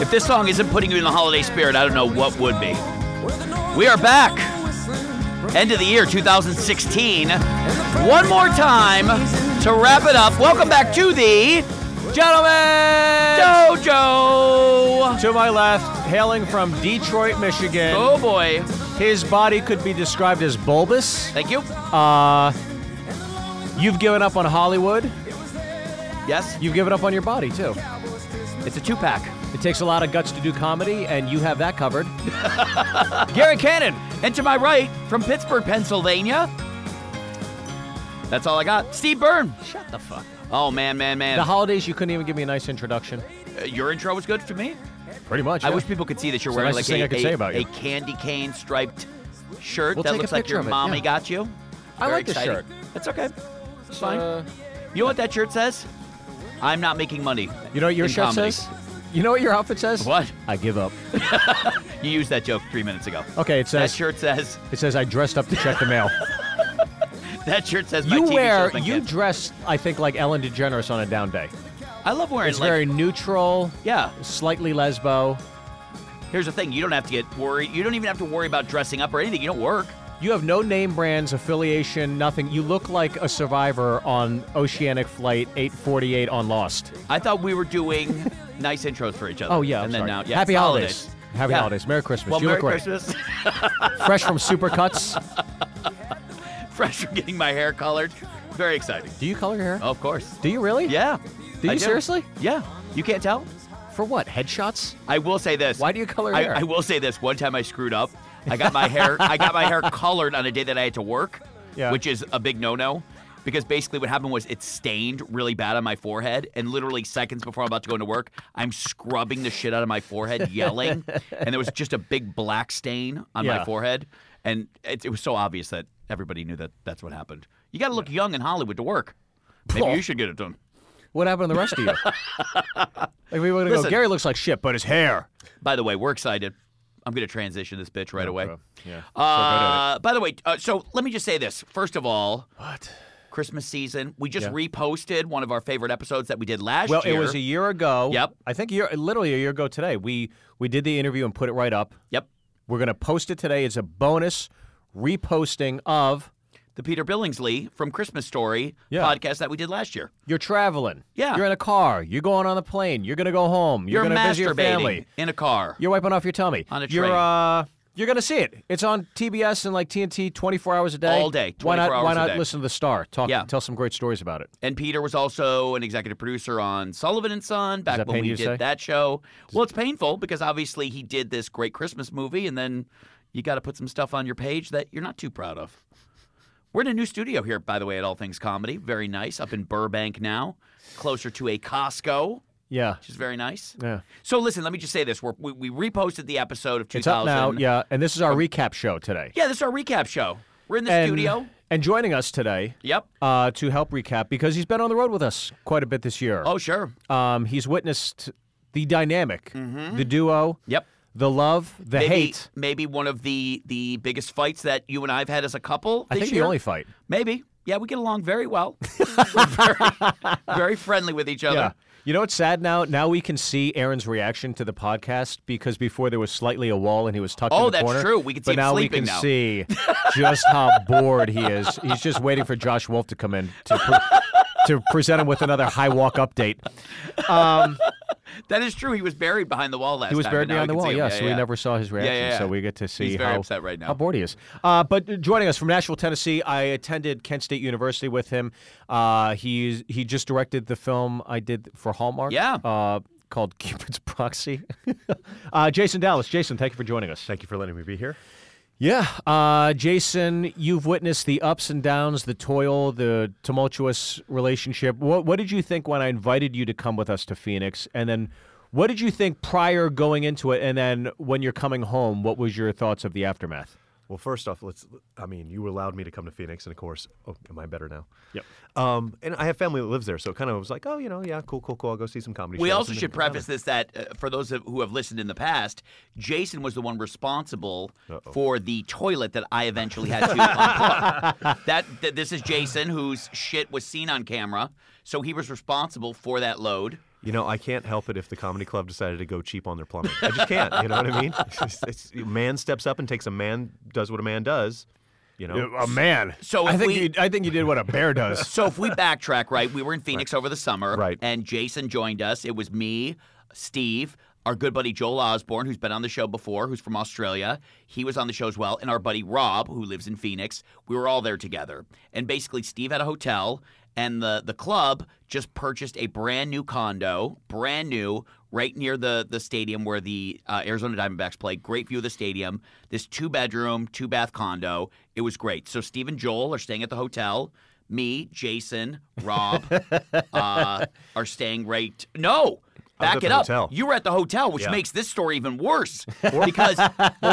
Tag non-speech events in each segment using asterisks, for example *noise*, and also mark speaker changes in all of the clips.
Speaker 1: If this song isn't putting you in the holiday spirit, I don't know what would be. We are back. End of the year 2016. One more time to wrap it up. Welcome back to the
Speaker 2: Gentlemen!
Speaker 1: JoJo.
Speaker 2: To my left, hailing from Detroit, Michigan,
Speaker 1: Oh boy.
Speaker 2: his body could be described as bulbous.
Speaker 1: Thank you.
Speaker 2: Uh, you've given up on Hollywood.
Speaker 1: Yes.
Speaker 2: You've given up on your body too.
Speaker 1: It's a two pack.
Speaker 2: It takes a lot of guts to do comedy, and you have
Speaker 1: *laughs*
Speaker 2: that covered. Gary Cannon.
Speaker 1: And to my right, from Pittsburgh, Pennsylvania. That's all I got. Steve Byrne.
Speaker 2: Shut the fuck.
Speaker 1: Oh man, man, man.
Speaker 2: The holidays, you couldn't even give me a nice introduction.
Speaker 1: Uh, Your intro was good for me.
Speaker 2: Pretty much.
Speaker 1: I
Speaker 2: yeah.
Speaker 1: wish people could see that you're
Speaker 2: It's the
Speaker 1: wearing like
Speaker 2: nicest
Speaker 1: a,
Speaker 2: thing I could
Speaker 1: a-
Speaker 2: say about you.
Speaker 1: a candy cane striped shirt
Speaker 2: We'll
Speaker 1: that
Speaker 2: take a
Speaker 1: looks like
Speaker 2: picture
Speaker 1: your
Speaker 2: of it,
Speaker 1: mommy
Speaker 2: yeah.
Speaker 1: got you.
Speaker 2: I
Speaker 1: Very
Speaker 2: like the
Speaker 1: exciting.
Speaker 2: shirt.
Speaker 1: It's okay. It's fine.
Speaker 2: Uh,
Speaker 1: you know what that shirt says? I'm not making money.
Speaker 2: you know what your
Speaker 1: in
Speaker 2: shirt
Speaker 1: comedy.
Speaker 2: says? You know what your outfit says?
Speaker 1: *laughs* What?
Speaker 2: I give up.
Speaker 1: You used that joke three minutes ago.
Speaker 2: Okay, it
Speaker 1: That
Speaker 2: says
Speaker 1: shirt says. *laughs*
Speaker 2: it says I dressed up to check the mail.
Speaker 1: That shirt says. my
Speaker 2: you
Speaker 1: TV
Speaker 2: wear
Speaker 1: show's been
Speaker 2: you
Speaker 1: canceled.
Speaker 2: dress I think like Ellen DeGeneres on a down day.
Speaker 1: I love wearing.
Speaker 2: It's
Speaker 1: like,
Speaker 2: very neutral,
Speaker 1: Yeah.
Speaker 2: slightly lesbo.
Speaker 1: Here's the thing. You don't have to get worried. You don't even have to worry about dressing up or anything. You don't work.
Speaker 2: You have no name brands, affiliation, nothing. You look like a survivor on Oceanic Flight 848 on Lost.
Speaker 1: I thought we were
Speaker 2: *laughs*
Speaker 1: doing nice intros for each other.
Speaker 2: Oh yeah, I'm
Speaker 1: and then
Speaker 2: sorry.
Speaker 1: now, yeah,
Speaker 2: Happy
Speaker 1: it's
Speaker 2: holidays. Happy
Speaker 1: Yeah.
Speaker 2: holidays. Merry Christmas.
Speaker 1: Well,
Speaker 2: you
Speaker 1: Merry
Speaker 2: look great.
Speaker 1: Christmas. *laughs*
Speaker 2: Fresh from Supercuts.
Speaker 1: Fresh from getting my hair colored. Very exciting.
Speaker 2: Do you color your hair?
Speaker 1: Of course.
Speaker 2: Do you really?
Speaker 1: Oh. Yeah.
Speaker 2: Do
Speaker 1: I
Speaker 2: you seriously?
Speaker 1: Yeah. You can't tell?
Speaker 2: For what? Headshots?
Speaker 1: I will say this.
Speaker 2: Why do you color
Speaker 1: I,
Speaker 2: hair?
Speaker 1: I will say this. One time I screwed up. I got my hair. I got my
Speaker 2: *laughs*
Speaker 1: hair colored on a day that I had to work,
Speaker 2: Yeah.
Speaker 1: which is a big no-no, because basically what happened was it stained really bad on my forehead, and literally seconds before I'm about to go into work, I'm scrubbing the shit out of my forehead,
Speaker 2: *laughs*
Speaker 1: yelling, and there was just a big black stain on my
Speaker 2: Yeah.
Speaker 1: forehead, and it, it was so obvious that everybody knew that that's what happened. You got to look young in Hollywood to work.
Speaker 2: *laughs*
Speaker 1: Maybe
Speaker 2: Well,
Speaker 1: you should get it done.
Speaker 2: What happened to the rest
Speaker 1: *laughs*
Speaker 2: of you? like we would go.
Speaker 1: Listen.
Speaker 2: Gary looks like shit, but his hair.
Speaker 1: By the way, we're excited. I'm going to transition this bitch right away.
Speaker 2: Yeah.
Speaker 1: Uh, by the way, uh, so let me just say this. First of all,
Speaker 2: what?
Speaker 1: Christmas season. We just
Speaker 2: Yeah.
Speaker 1: reposted one of our favorite episodes that we did last
Speaker 2: Well,
Speaker 1: year.
Speaker 2: it was a year ago.
Speaker 1: Yep.
Speaker 2: I think a year, literally a year ago today. We we did the interview and put it right up.
Speaker 1: yep,
Speaker 2: We're gonna post it today. It's a bonus reposting of
Speaker 1: the Peter Billingsley from Christmas Story
Speaker 2: Yeah.
Speaker 1: podcast that we did last year.
Speaker 2: you're traveling.
Speaker 1: Yeah.
Speaker 2: You're in a car. You're going on a plane. You're gonna go home. You're,
Speaker 1: You're,
Speaker 2: gonna visit your
Speaker 1: masturbating
Speaker 2: family.
Speaker 1: in a car.
Speaker 2: You're wiping off your tummy.
Speaker 1: On a train.
Speaker 2: You're uh you're gonna see it. It's on TBS and like TNT 24 hours a day.
Speaker 1: All day,
Speaker 2: Why not
Speaker 1: 24 hours
Speaker 2: why
Speaker 1: a
Speaker 2: not
Speaker 1: day.
Speaker 2: listen to the star? Talk
Speaker 1: Yeah.
Speaker 2: tell some great stories about it.
Speaker 1: and Peter was also an executive producer on Sullivan and Son back
Speaker 2: that
Speaker 1: when
Speaker 2: pain
Speaker 1: we
Speaker 2: you
Speaker 1: did
Speaker 2: to say?
Speaker 1: that show. Well, it's painful because obviously he did this great Christmas movie, and then you got to put some stuff on your page that you're not too proud of. We're in a new studio here, by the way, at All Things Comedy. Very nice, up in Burbank now, closer to a Costco,
Speaker 2: Yeah.
Speaker 1: which is very nice.
Speaker 2: Yeah.
Speaker 1: So listen, let me just say this: We're, we we reposted the episode of 2000.
Speaker 2: It's up now, yeah. And this is our recap show today.
Speaker 1: Yeah, this is our recap show. We're in the
Speaker 2: and,
Speaker 1: studio.
Speaker 2: And joining us today
Speaker 1: Yep.
Speaker 2: uh, to help recap because he's been on the road with us quite a bit this year.
Speaker 1: Oh sure.
Speaker 2: Um, he's witnessed the dynamic, the duo,
Speaker 1: Mm-hmm. Yep.
Speaker 2: the love, the
Speaker 1: maybe,
Speaker 2: hate.
Speaker 1: Maybe one of the the biggest fights that you and I've had as a couple.
Speaker 2: I
Speaker 1: this
Speaker 2: think
Speaker 1: year.
Speaker 2: the only fight.
Speaker 1: Maybe. Yeah, we get along very
Speaker 2: *laughs*
Speaker 1: well. We're very, very friendly with each
Speaker 2: Yeah.
Speaker 1: other.
Speaker 2: You know what's sad now? Now we can see Aaron's reaction to the podcast because before there was slightly a wall and he was tucked
Speaker 1: Oh,
Speaker 2: in the
Speaker 1: that's
Speaker 2: corner.
Speaker 1: true. We can see
Speaker 2: but
Speaker 1: him
Speaker 2: now we
Speaker 1: sleeping
Speaker 2: can
Speaker 1: now. *laughs*
Speaker 2: see just how bored he is. He's just waiting for Josh Wolf to come in to pre- to present him with another high walk update.
Speaker 1: That is true. He was buried behind the wall last time.
Speaker 2: He was
Speaker 1: and
Speaker 2: buried
Speaker 1: now
Speaker 2: behind the
Speaker 1: we can
Speaker 2: wall.
Speaker 1: see him.
Speaker 2: Yeah, so we never saw his reaction.
Speaker 1: yeah, yeah.
Speaker 2: So we get to see
Speaker 1: very
Speaker 2: how
Speaker 1: upset right now.
Speaker 2: how bored he is. Uh, but joining us from Nashville, Tennessee, I attended Kent State University with him. Uh, he's he just directed the film I did for Hallmark.
Speaker 1: Yeah.
Speaker 2: Uh, called *laughs* Cupid's Proxy. *laughs* uh, Jason Dallas. Jason, thank you for joining us.
Speaker 3: Thank you for letting me be here.
Speaker 2: Yeah, uh, Jason, you've witnessed the ups and downs, the toil, the tumultuous relationship. What, what did you think when I invited you to come with us to Phoenix? And then what did you think prior going into it? And then when you're coming home, what was your thoughts of the aftermath?
Speaker 3: Well, first off, let's. I mean, you allowed me to come to Phoenix, and of course, oh, am I better now?
Speaker 2: Yep.
Speaker 3: Um, and I have family that lives there, so it kind of was like, oh, you know, yeah, cool, cool, cool. I'll go see some comedy.
Speaker 1: We
Speaker 3: shows
Speaker 1: also
Speaker 3: and
Speaker 1: should
Speaker 3: then-
Speaker 1: preface this that uh, for those of- who have listened in the past, Jason was the one responsible for the toilet that I eventually had
Speaker 2: *laughs*
Speaker 1: to unplug. That th- this is Jason whose shit was seen on camera, so he was responsible for that load.
Speaker 3: You know, I can't help it if the comedy club decided to go cheap on their plumbing. I just can't. You know what I mean? *laughs* It's just- it's- man steps up and takes a man does what a man does. You know,
Speaker 2: A man.
Speaker 1: So
Speaker 2: I
Speaker 1: if
Speaker 2: think
Speaker 1: we-
Speaker 2: you, I think you did what a
Speaker 1: *laughs*
Speaker 2: bear does. *laughs*
Speaker 1: So if we backtrack, right, we were in Phoenix over the summer,
Speaker 3: Right.
Speaker 1: And Jason joined us. It was me, Steve, our good buddy Joel Osborne, who's been on the show before, who's from Australia. He was on the show as well, and our buddy Rob, who lives in Phoenix. We were all there together, and basically Steve had a hotel, and the the club just purchased a brand new condo, brand new. Right near the the stadium where the uh, Arizona Diamondbacks play, great view of the stadium. This two bedroom, two bath condo, it was great. So Steve and Joel are staying at the hotel me, Jason, Rob
Speaker 3: *laughs*
Speaker 1: uh, are staying right. No,
Speaker 3: I was
Speaker 1: back
Speaker 3: at
Speaker 1: it
Speaker 3: the
Speaker 1: up.
Speaker 3: hotel.
Speaker 1: You were at the hotel, which
Speaker 3: Yeah.
Speaker 1: makes this story even
Speaker 3: *laughs*
Speaker 1: worse because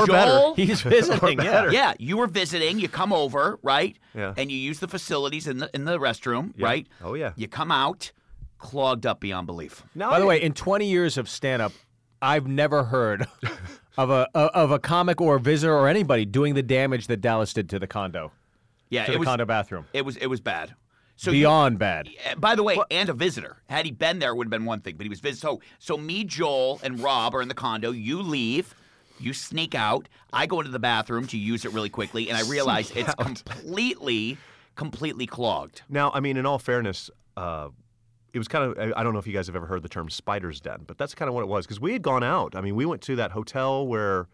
Speaker 1: Joel. *laughs*
Speaker 2: He's visiting. Yeah.
Speaker 1: Yeah, you were visiting. You come over, right?
Speaker 3: Yeah.
Speaker 1: And you use the facilities in the in the restroom,
Speaker 3: Yeah.
Speaker 1: right?
Speaker 3: Oh, yeah.
Speaker 1: You come out, clogged up beyond belief.
Speaker 3: No,
Speaker 2: By the
Speaker 3: I-
Speaker 2: way, in 20 years of stand-up, I've never heard of a of a comic or a visitor or anybody doing the damage that Dallas did to the condo,
Speaker 1: Yeah,
Speaker 2: to
Speaker 1: it
Speaker 2: the
Speaker 1: was
Speaker 2: condo bathroom.
Speaker 1: it was it was bad. So you-
Speaker 2: Beyond bad.
Speaker 1: Uh, by the way, and a visitor. Had he been there, it would have been one thing. But he was visit. So, so me, Joel, and Rob are in the condo. You leave. You sneak out. I go into the bathroom to use it really quickly, and I realize it's completely, completely clogged.
Speaker 3: Now, I mean, in all fairness, uh, it was kind of, I- I don't know if you guys have ever heard the term spider's den, but that's kind of what it was because we had gone out. I mean, we went to that hotel where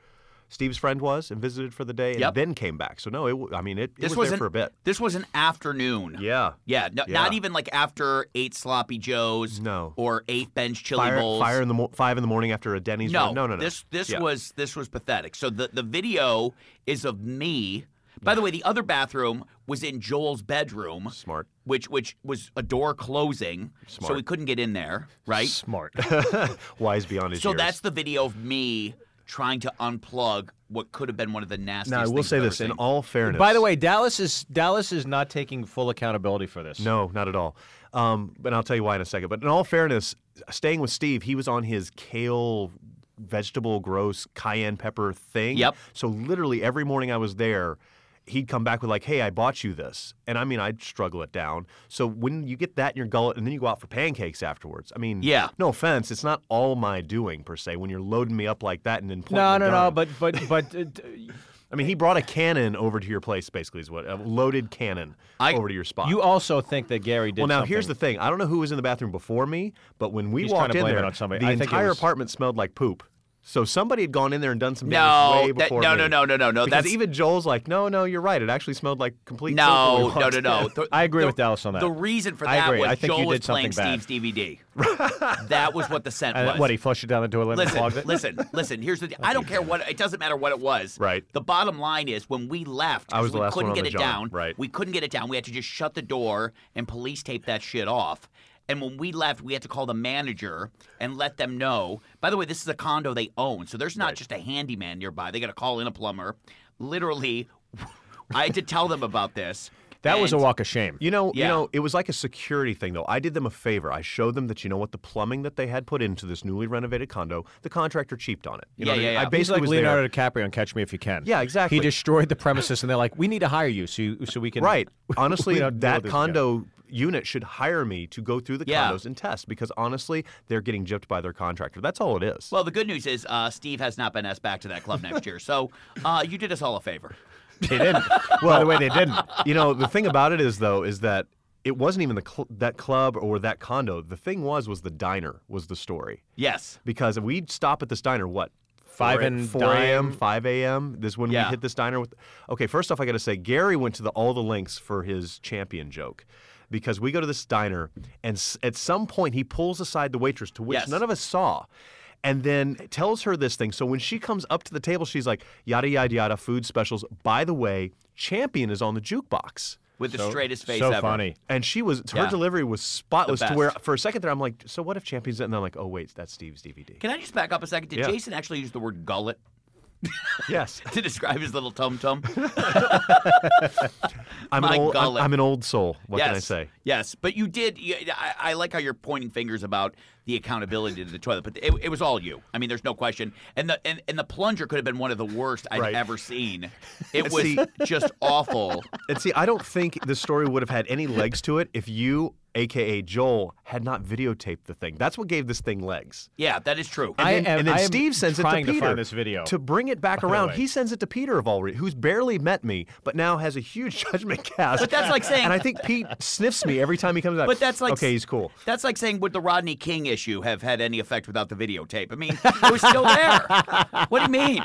Speaker 3: Steve's friend was and visited for the day and
Speaker 1: Yep.
Speaker 3: then came back. So, no, it, w- I mean, it, it
Speaker 1: This
Speaker 3: was,
Speaker 1: was
Speaker 3: there
Speaker 1: an-
Speaker 3: for a bit.
Speaker 1: This was an afternoon.
Speaker 3: Yeah.
Speaker 1: Yeah, no,
Speaker 3: Yeah.
Speaker 1: not even like after eight sloppy joes.
Speaker 3: No.
Speaker 1: Or eight bench chili
Speaker 3: Fire,
Speaker 1: bowls.
Speaker 3: fire in the mo- five in the morning after a Denny's.
Speaker 1: No,
Speaker 3: run. no, no, no.
Speaker 1: This this
Speaker 3: Yeah.
Speaker 1: was this was pathetic. So the the video is of me. By the way, the other bathroom was in Joel's bedroom.
Speaker 3: Smart.
Speaker 1: Which which was a door closing, so
Speaker 3: Smart.
Speaker 1: we couldn't get in there, right?
Speaker 2: Smart.
Speaker 3: *laughs* wise beyond his
Speaker 1: so
Speaker 3: years.
Speaker 1: that's the video of me trying to unplug what could have been one of the nastiest.
Speaker 3: Now, I will
Speaker 1: things
Speaker 3: say
Speaker 1: I've ever
Speaker 3: this in
Speaker 1: seen.
Speaker 3: all fairness.
Speaker 2: By the way, Dallas is Dallas is not taking full accountability for this.
Speaker 3: No, not at all. Um, but I'll tell you why in a second. But in all fairness, staying with Steve, he was on his kale, vegetable, gross cayenne pepper thing.
Speaker 1: Yep.
Speaker 3: So literally every morning I was there, he'd come back with like, "Hey, I bought you this," and I mean, I'd struggle it down. So when you get that in your gullet, and then you go out for pancakes afterwards, I mean,
Speaker 1: Yeah.
Speaker 3: No offense, it's not all my doing per se. When you're loading me up like that and then pointing
Speaker 2: no,
Speaker 3: the
Speaker 2: no,
Speaker 3: gun.
Speaker 2: no. But but but uh, d-
Speaker 3: I mean, he brought a cannon over to your place, basically, is what a loaded cannon
Speaker 1: I-
Speaker 3: over to your spot.
Speaker 2: you also think that Gary did.
Speaker 3: Well, now here's the
Speaker 2: something.
Speaker 3: thing. I don't know who was in the bathroom before me, but when we
Speaker 2: He's trying
Speaker 3: walked
Speaker 2: to
Speaker 3: in
Speaker 2: blame it
Speaker 3: there,
Speaker 2: on somebody.
Speaker 3: the
Speaker 2: I think it
Speaker 3: entire
Speaker 2: was-
Speaker 3: apartment smelled like poop. So somebody had gone in there and done some damage
Speaker 1: no,
Speaker 3: way
Speaker 1: that,
Speaker 3: before
Speaker 1: no,
Speaker 3: me.
Speaker 1: no, no, no, no, no.
Speaker 3: Because
Speaker 1: That's
Speaker 3: even Joel's like, no, no, you're right. It actually smelled like complete. poop when
Speaker 1: no,
Speaker 3: we
Speaker 1: no,
Speaker 3: walked
Speaker 1: no, no. The-
Speaker 2: I agree
Speaker 1: the-
Speaker 2: with Dallas on that.
Speaker 1: The reason for
Speaker 2: I
Speaker 1: that
Speaker 2: agree.
Speaker 1: was
Speaker 2: I think you
Speaker 1: Joel was
Speaker 2: did something
Speaker 1: playing
Speaker 2: bad.
Speaker 1: Steve's
Speaker 2: *laughs*
Speaker 1: DVD. that was what the scent
Speaker 2: And
Speaker 1: was.
Speaker 2: Uh, what he flushed it down the toilet and clogged
Speaker 1: Listen,
Speaker 2: it.
Speaker 1: listen, listen. Here's
Speaker 3: *laughs*
Speaker 1: the. I don't care what. It doesn't matter what it was.
Speaker 3: Right.
Speaker 1: The bottom line is when we left,
Speaker 3: I was
Speaker 1: 'cause
Speaker 3: the
Speaker 1: we
Speaker 3: last
Speaker 1: couldn't
Speaker 3: one on
Speaker 1: get
Speaker 3: the
Speaker 1: it
Speaker 3: job.
Speaker 1: down.
Speaker 3: Right.
Speaker 1: We couldn't get it down. We had to just shut the door and police tape that shit off. And when we left, we had to call the manager and let them know. By the way, this is a condo they own, so there's not just a handyman nearby. They got to call in a plumber. Literally, *laughs* I had to tell them about this.
Speaker 2: That was a
Speaker 1: and-
Speaker 2: walk of shame.
Speaker 3: You know,
Speaker 1: Yeah.
Speaker 3: you know, it was like a security thing though. I did them a favor. I showed them that you know what the plumbing that they had put into this newly renovated condo, the contractor cheaped on it. You know
Speaker 1: Yeah,
Speaker 3: what I
Speaker 1: yeah,
Speaker 3: mean?
Speaker 1: yeah.
Speaker 3: I
Speaker 1: He's
Speaker 2: He's
Speaker 3: basically
Speaker 2: like
Speaker 3: was
Speaker 2: Leonardo
Speaker 3: there.
Speaker 2: DiCaprio in Catch Me If You Can.
Speaker 3: Yeah, exactly.
Speaker 2: He destroyed the premises, and they're like, "We need to hire you, so you, so we can." *laughs*
Speaker 3: Right.
Speaker 2: we
Speaker 3: Honestly,
Speaker 2: don't deal with
Speaker 3: that
Speaker 2: this
Speaker 3: condo unit should hire me to go through the
Speaker 1: Yeah.
Speaker 3: condos and test because honestly, they're getting gypped by their contractor. That's all it is.
Speaker 1: Well, the good news is uh, Steve has not been asked back to that club next year, so uh, you did us all a favor.
Speaker 2: guy." They *laughs* didn't. By
Speaker 3: Well-
Speaker 2: the way, they didn't.
Speaker 3: you know, the thing about it is though is that it wasn't even the cl- that club or that condo. The thing was was the diner was the story
Speaker 1: Yes.
Speaker 3: because we'd stop at this diner what
Speaker 2: Five
Speaker 3: 4
Speaker 2: and
Speaker 3: four a.m.
Speaker 2: dime.
Speaker 3: five a.m. This when
Speaker 1: Yeah.
Speaker 3: we hit this diner with. Okay, first off, I got to say Gary went to the all the links for his champion joke. Because we go to this diner, and s- at some point he pulls aside the waitress, to which
Speaker 1: Yes.
Speaker 3: none of us saw, and then tells her this thing. So when she comes up to the table, she's like, "Yada yada yada, food specials." By the way, Champion is on the jukebox.
Speaker 1: with the straightest face
Speaker 2: so
Speaker 1: ever.
Speaker 2: funny.
Speaker 3: And she was her
Speaker 1: Yeah.
Speaker 3: delivery was spotless to
Speaker 1: best.
Speaker 3: where for a second there I'm like, so what if Champions and then I'm like, oh wait, that's Steve's DVD.
Speaker 1: Can I just back up a second? Did
Speaker 3: Yeah.
Speaker 1: Jason actually use the word gullet *laughs*
Speaker 2: *laughs*
Speaker 3: yes.
Speaker 1: to describe his little tum tum?
Speaker 3: I'm
Speaker 1: My
Speaker 3: an old I'm,
Speaker 1: gullet.
Speaker 3: I'm an old soul. *laughs* What
Speaker 1: yes.
Speaker 3: can I say?
Speaker 1: Yes, but you did. You, I, I like how you're pointing fingers about the accountability to the toilet, but it, it was all you. I mean, there's no question. And the and, and the plunger could have been one of the worst I've
Speaker 3: Right.
Speaker 1: ever
Speaker 3: *laughs*
Speaker 1: seen. It was
Speaker 3: See-
Speaker 1: just awful.
Speaker 3: *laughs* And see, I don't think the story would have had any legs to it if you aka Joel, had not videotaped the thing. That's what gave this thing legs.
Speaker 1: Yeah, that is true.
Speaker 2: I
Speaker 3: And,
Speaker 2: am-
Speaker 3: and then
Speaker 2: I am
Speaker 3: Steve sends it to
Speaker 2: trying
Speaker 3: Peter
Speaker 2: to find this video,
Speaker 3: to bring it back
Speaker 2: the
Speaker 3: around.
Speaker 2: way.
Speaker 3: He sends it to Peter of all, re- who's barely met me, but now has a huge *laughs* judgment cast.
Speaker 1: But that's like saying-
Speaker 3: And I think Pete sniffs me every time he comes out.
Speaker 1: But that's like
Speaker 3: okay, he's cool.
Speaker 1: That's like saying would the Rodney King issue have had any effect without the videotape? I mean, it was still
Speaker 3: *laughs*
Speaker 1: there. what do you mean?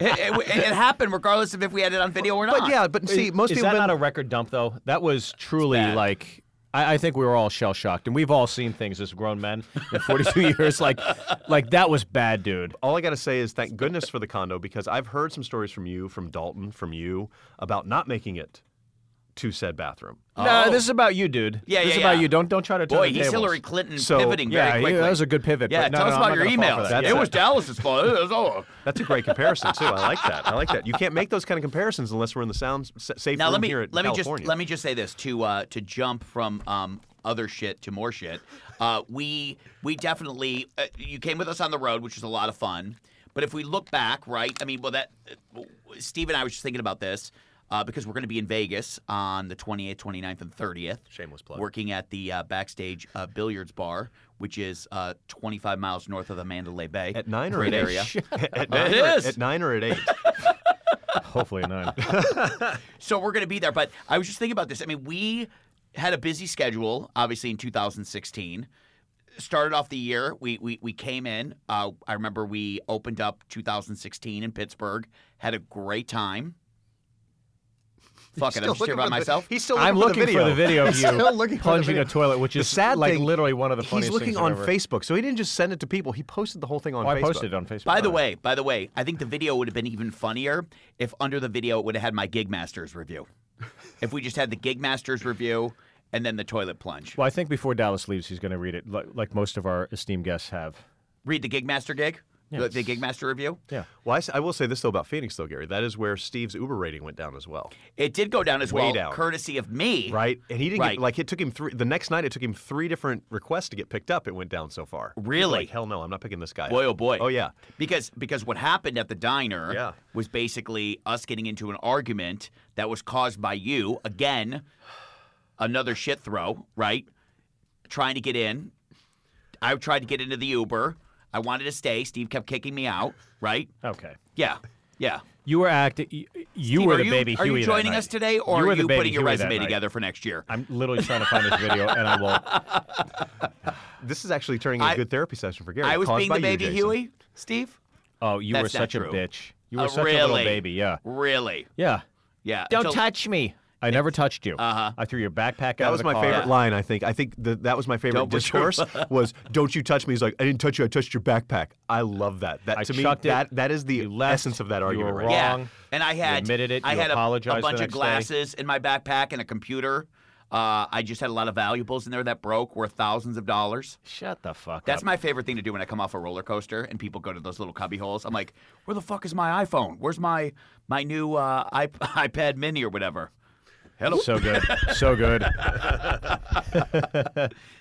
Speaker 1: It, it, it happened regardless of if we had it on video or not.
Speaker 3: But yeah, but see, most
Speaker 2: is
Speaker 3: people
Speaker 2: that
Speaker 3: been-
Speaker 2: not a record dump though? That was truly
Speaker 1: bad.
Speaker 2: like I, I think we were all shell shocked, and we've all seen things as grown men in 42 *laughs* years. Like, like that was bad, dude.
Speaker 3: all I got to say is thank goodness for the condo because I've heard some stories from you, from Dalton, from you about not making it to said bathroom.
Speaker 1: Oh.
Speaker 2: No, this is about you, dude.
Speaker 1: Yeah, yeah,
Speaker 2: this is about
Speaker 1: yeah.
Speaker 2: you. Don't don't try to turn
Speaker 1: Boy,
Speaker 2: the
Speaker 1: he's
Speaker 2: tables.
Speaker 1: Hillary Clinton
Speaker 3: So,
Speaker 1: pivoting
Speaker 2: Yeah,
Speaker 1: very
Speaker 2: yeah,
Speaker 1: quickly.
Speaker 2: that was a good pivot.
Speaker 1: yeah,
Speaker 2: but no,
Speaker 1: tell
Speaker 2: no,
Speaker 1: us
Speaker 2: I'm
Speaker 1: about
Speaker 2: not
Speaker 1: your
Speaker 2: gonna fall for
Speaker 1: emails.
Speaker 2: that.
Speaker 1: It
Speaker 2: Yeah.
Speaker 1: was Dallas's fault. It was all.
Speaker 3: That's a great comparison too. I like that. I like that. You can't make those kind of comparisons unless we're in the sound s- safe
Speaker 1: Now
Speaker 3: room
Speaker 1: let me
Speaker 3: here at
Speaker 1: let me
Speaker 3: California.
Speaker 1: just let me just say this to uh, to jump from um, other shit to more shit. Uh, we we definitely uh, you came with us on the road, which was a lot of fun. But if we look back, right? I mean, well, that uh, Steve and I was just thinking about this uh, because we're going to be in Vegas on the 28th, 29th, and 30th.
Speaker 3: Shameless plug.
Speaker 1: Working at the uh, backstage uh, billiards bar, which is uh, 25 miles north of the Mandalay Bay.
Speaker 3: at nine or
Speaker 1: Great
Speaker 3: at eight.
Speaker 1: area.
Speaker 3: *laughs* at, nine
Speaker 1: It
Speaker 3: or,
Speaker 1: is.
Speaker 3: at nine or
Speaker 1: *laughs*
Speaker 3: at eight.
Speaker 2: Hopefully not.
Speaker 1: So we're going to be there. But I was just thinking about this. I mean, we had a busy schedule, obviously, in 2016. Started off the year, we we, we came in. Uh, I remember we opened up 2016 in Pittsburgh, had a great
Speaker 3: *laughs*
Speaker 1: time. Fuck it, I'm
Speaker 3: Still
Speaker 1: just here
Speaker 3: looking
Speaker 1: by
Speaker 3: for the-
Speaker 1: myself.
Speaker 3: He's still
Speaker 2: I'm
Speaker 3: looking
Speaker 2: looking for
Speaker 1: *laughs*
Speaker 2: the video of
Speaker 3: He's *laughs* still
Speaker 2: you
Speaker 3: looking for the
Speaker 2: plunging
Speaker 3: video.
Speaker 2: a toilet, which
Speaker 3: The
Speaker 2: is
Speaker 3: sad
Speaker 2: like
Speaker 3: thing-
Speaker 2: literally one of the funniest
Speaker 3: He's looking
Speaker 2: things
Speaker 3: on
Speaker 2: ever.
Speaker 3: Facebook, so he didn't just send it to people. He posted the whole thing on
Speaker 2: Oh,
Speaker 3: Facebook.
Speaker 2: I posted it on Facebook.
Speaker 1: By the way, by the way, I think the video would have been even funnier if under the video it would have had my Gig Masters review. if we just had the Gig Masters review and then the toilet plunge.
Speaker 2: well, I think before Dallas leaves, he's going to read it, like, like most of our esteemed guests have.
Speaker 1: Read the Gig Master gig, the, the Gig Master review.
Speaker 2: Yeah.
Speaker 3: Well, I s- I, will say this though about Phoenix, though, Gary. That is where Steve's Uber rating went down as well,
Speaker 1: It did go down as
Speaker 3: Way
Speaker 1: well,
Speaker 3: down.
Speaker 1: courtesy of me.
Speaker 3: right? And he didn't
Speaker 1: Right.
Speaker 3: get, like it took him three. The next night, it took him three different requests to get picked up. It went down so far. He's
Speaker 1: Really?
Speaker 3: Like, Hell no, I'm not picking this guy.
Speaker 1: Boy,
Speaker 3: up.
Speaker 1: oh boy.
Speaker 3: Oh yeah.
Speaker 1: Because because what happened at the diner
Speaker 3: Yeah.
Speaker 1: was basically us getting into an argument that was caused by you again, another shit throw, right? Trying to get in. I tried to get into the Uber. I wanted to stay. Steve kept kicking me out, right?
Speaker 2: Okay.
Speaker 1: Yeah. Yeah.
Speaker 2: You were acting. You, you
Speaker 1: Steve,
Speaker 2: were
Speaker 1: are
Speaker 2: the
Speaker 1: you,
Speaker 2: baby
Speaker 1: Are
Speaker 2: Huey
Speaker 1: you
Speaker 2: that
Speaker 1: joining
Speaker 2: night.
Speaker 1: us today or
Speaker 2: You were
Speaker 1: are
Speaker 2: the
Speaker 1: you
Speaker 2: baby
Speaker 1: putting your
Speaker 2: Huey that
Speaker 1: resume
Speaker 2: night.
Speaker 1: together for next year?
Speaker 2: I'm literally trying to find this video, and I will.
Speaker 1: *laughs*
Speaker 3: This is actually turning into
Speaker 1: I-
Speaker 3: a good therapy session for Gary.
Speaker 1: I was
Speaker 3: caused
Speaker 1: being
Speaker 3: by
Speaker 1: the
Speaker 3: you,
Speaker 1: baby
Speaker 3: Jason.
Speaker 1: Huey, Steve?
Speaker 2: Oh, you were
Speaker 1: That's not
Speaker 2: such a
Speaker 1: true.
Speaker 2: bitch. You were
Speaker 1: Uh,
Speaker 2: such a little
Speaker 1: really?
Speaker 2: baby. Yeah.
Speaker 1: Really?
Speaker 2: Yeah.
Speaker 1: Yeah.
Speaker 2: Don't
Speaker 1: until-
Speaker 2: touch me. I never touched you.
Speaker 1: Uh-huh.
Speaker 2: I threw your backpack out.
Speaker 3: That
Speaker 2: of
Speaker 3: was
Speaker 2: the
Speaker 3: my
Speaker 2: car.
Speaker 3: favorite line. I think. I think the, that was my favorite
Speaker 1: Don't put your-
Speaker 3: discourse
Speaker 1: *laughs*
Speaker 3: was "Don't you touch me." He's like, "I didn't touch you. I touched your backpack." I love that. That
Speaker 2: I
Speaker 3: to me,
Speaker 2: chucked it.
Speaker 3: that that is the
Speaker 2: You left.
Speaker 3: essence of that
Speaker 2: You
Speaker 3: argument.
Speaker 2: were
Speaker 3: right
Speaker 2: wrong.
Speaker 3: there.
Speaker 1: Yeah. And I had
Speaker 2: admitted it.
Speaker 1: I
Speaker 2: You
Speaker 1: had a- a,
Speaker 2: apologized the
Speaker 1: bunch of
Speaker 2: next day.
Speaker 1: glasses in my backpack and a computer. Uh, I just had a lot of valuables in there that broke, worth thousands of dollars.
Speaker 2: Shut the fuck
Speaker 1: That's
Speaker 2: up.
Speaker 1: my favorite thing to do when I come off a roller coaster and people go to those little cubby holes. I'm like, where the fuck is my iPhone? Where's my my new uh, iP- *laughs* iPad Mini or whatever? Hello, *laughs*
Speaker 2: So good. So good.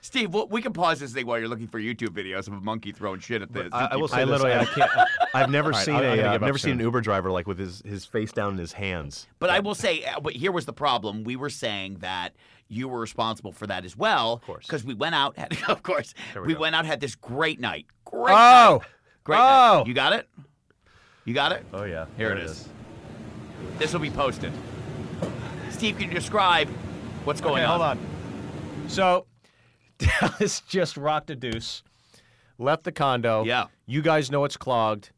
Speaker 1: Steve. Well, we can pause this thing while you're looking for YouTube videos of a monkey throwing shit at this.
Speaker 3: I, I will say
Speaker 2: I
Speaker 3: this,
Speaker 2: literally. I can't.
Speaker 3: *laughs* I've never
Speaker 2: right,
Speaker 3: seen
Speaker 2: I'm- I'm
Speaker 3: a,
Speaker 2: gonna
Speaker 3: uh,
Speaker 2: give
Speaker 3: I've
Speaker 2: up
Speaker 3: never seen
Speaker 2: soon.
Speaker 3: an Uber driver like with his, his face down in his hands.
Speaker 1: But I will say, uh, but here was the problem. We were saying that you were responsible for that as well. Of
Speaker 3: course.
Speaker 1: Because we went out, had, *laughs* of course,
Speaker 3: There we
Speaker 1: we
Speaker 3: go.
Speaker 1: went out, had this great night. Great night.
Speaker 2: Oh.
Speaker 1: Great night.
Speaker 2: oh.
Speaker 1: You got it? You got it?
Speaker 3: Oh yeah,
Speaker 1: Here it is. This will be posted. Steve, can you describe what's going
Speaker 2: Okay,
Speaker 1: on?
Speaker 2: hold on. So *laughs* Dallas just rocked a deuce, left the condo.
Speaker 1: Yeah.
Speaker 2: You guys know it's clogged.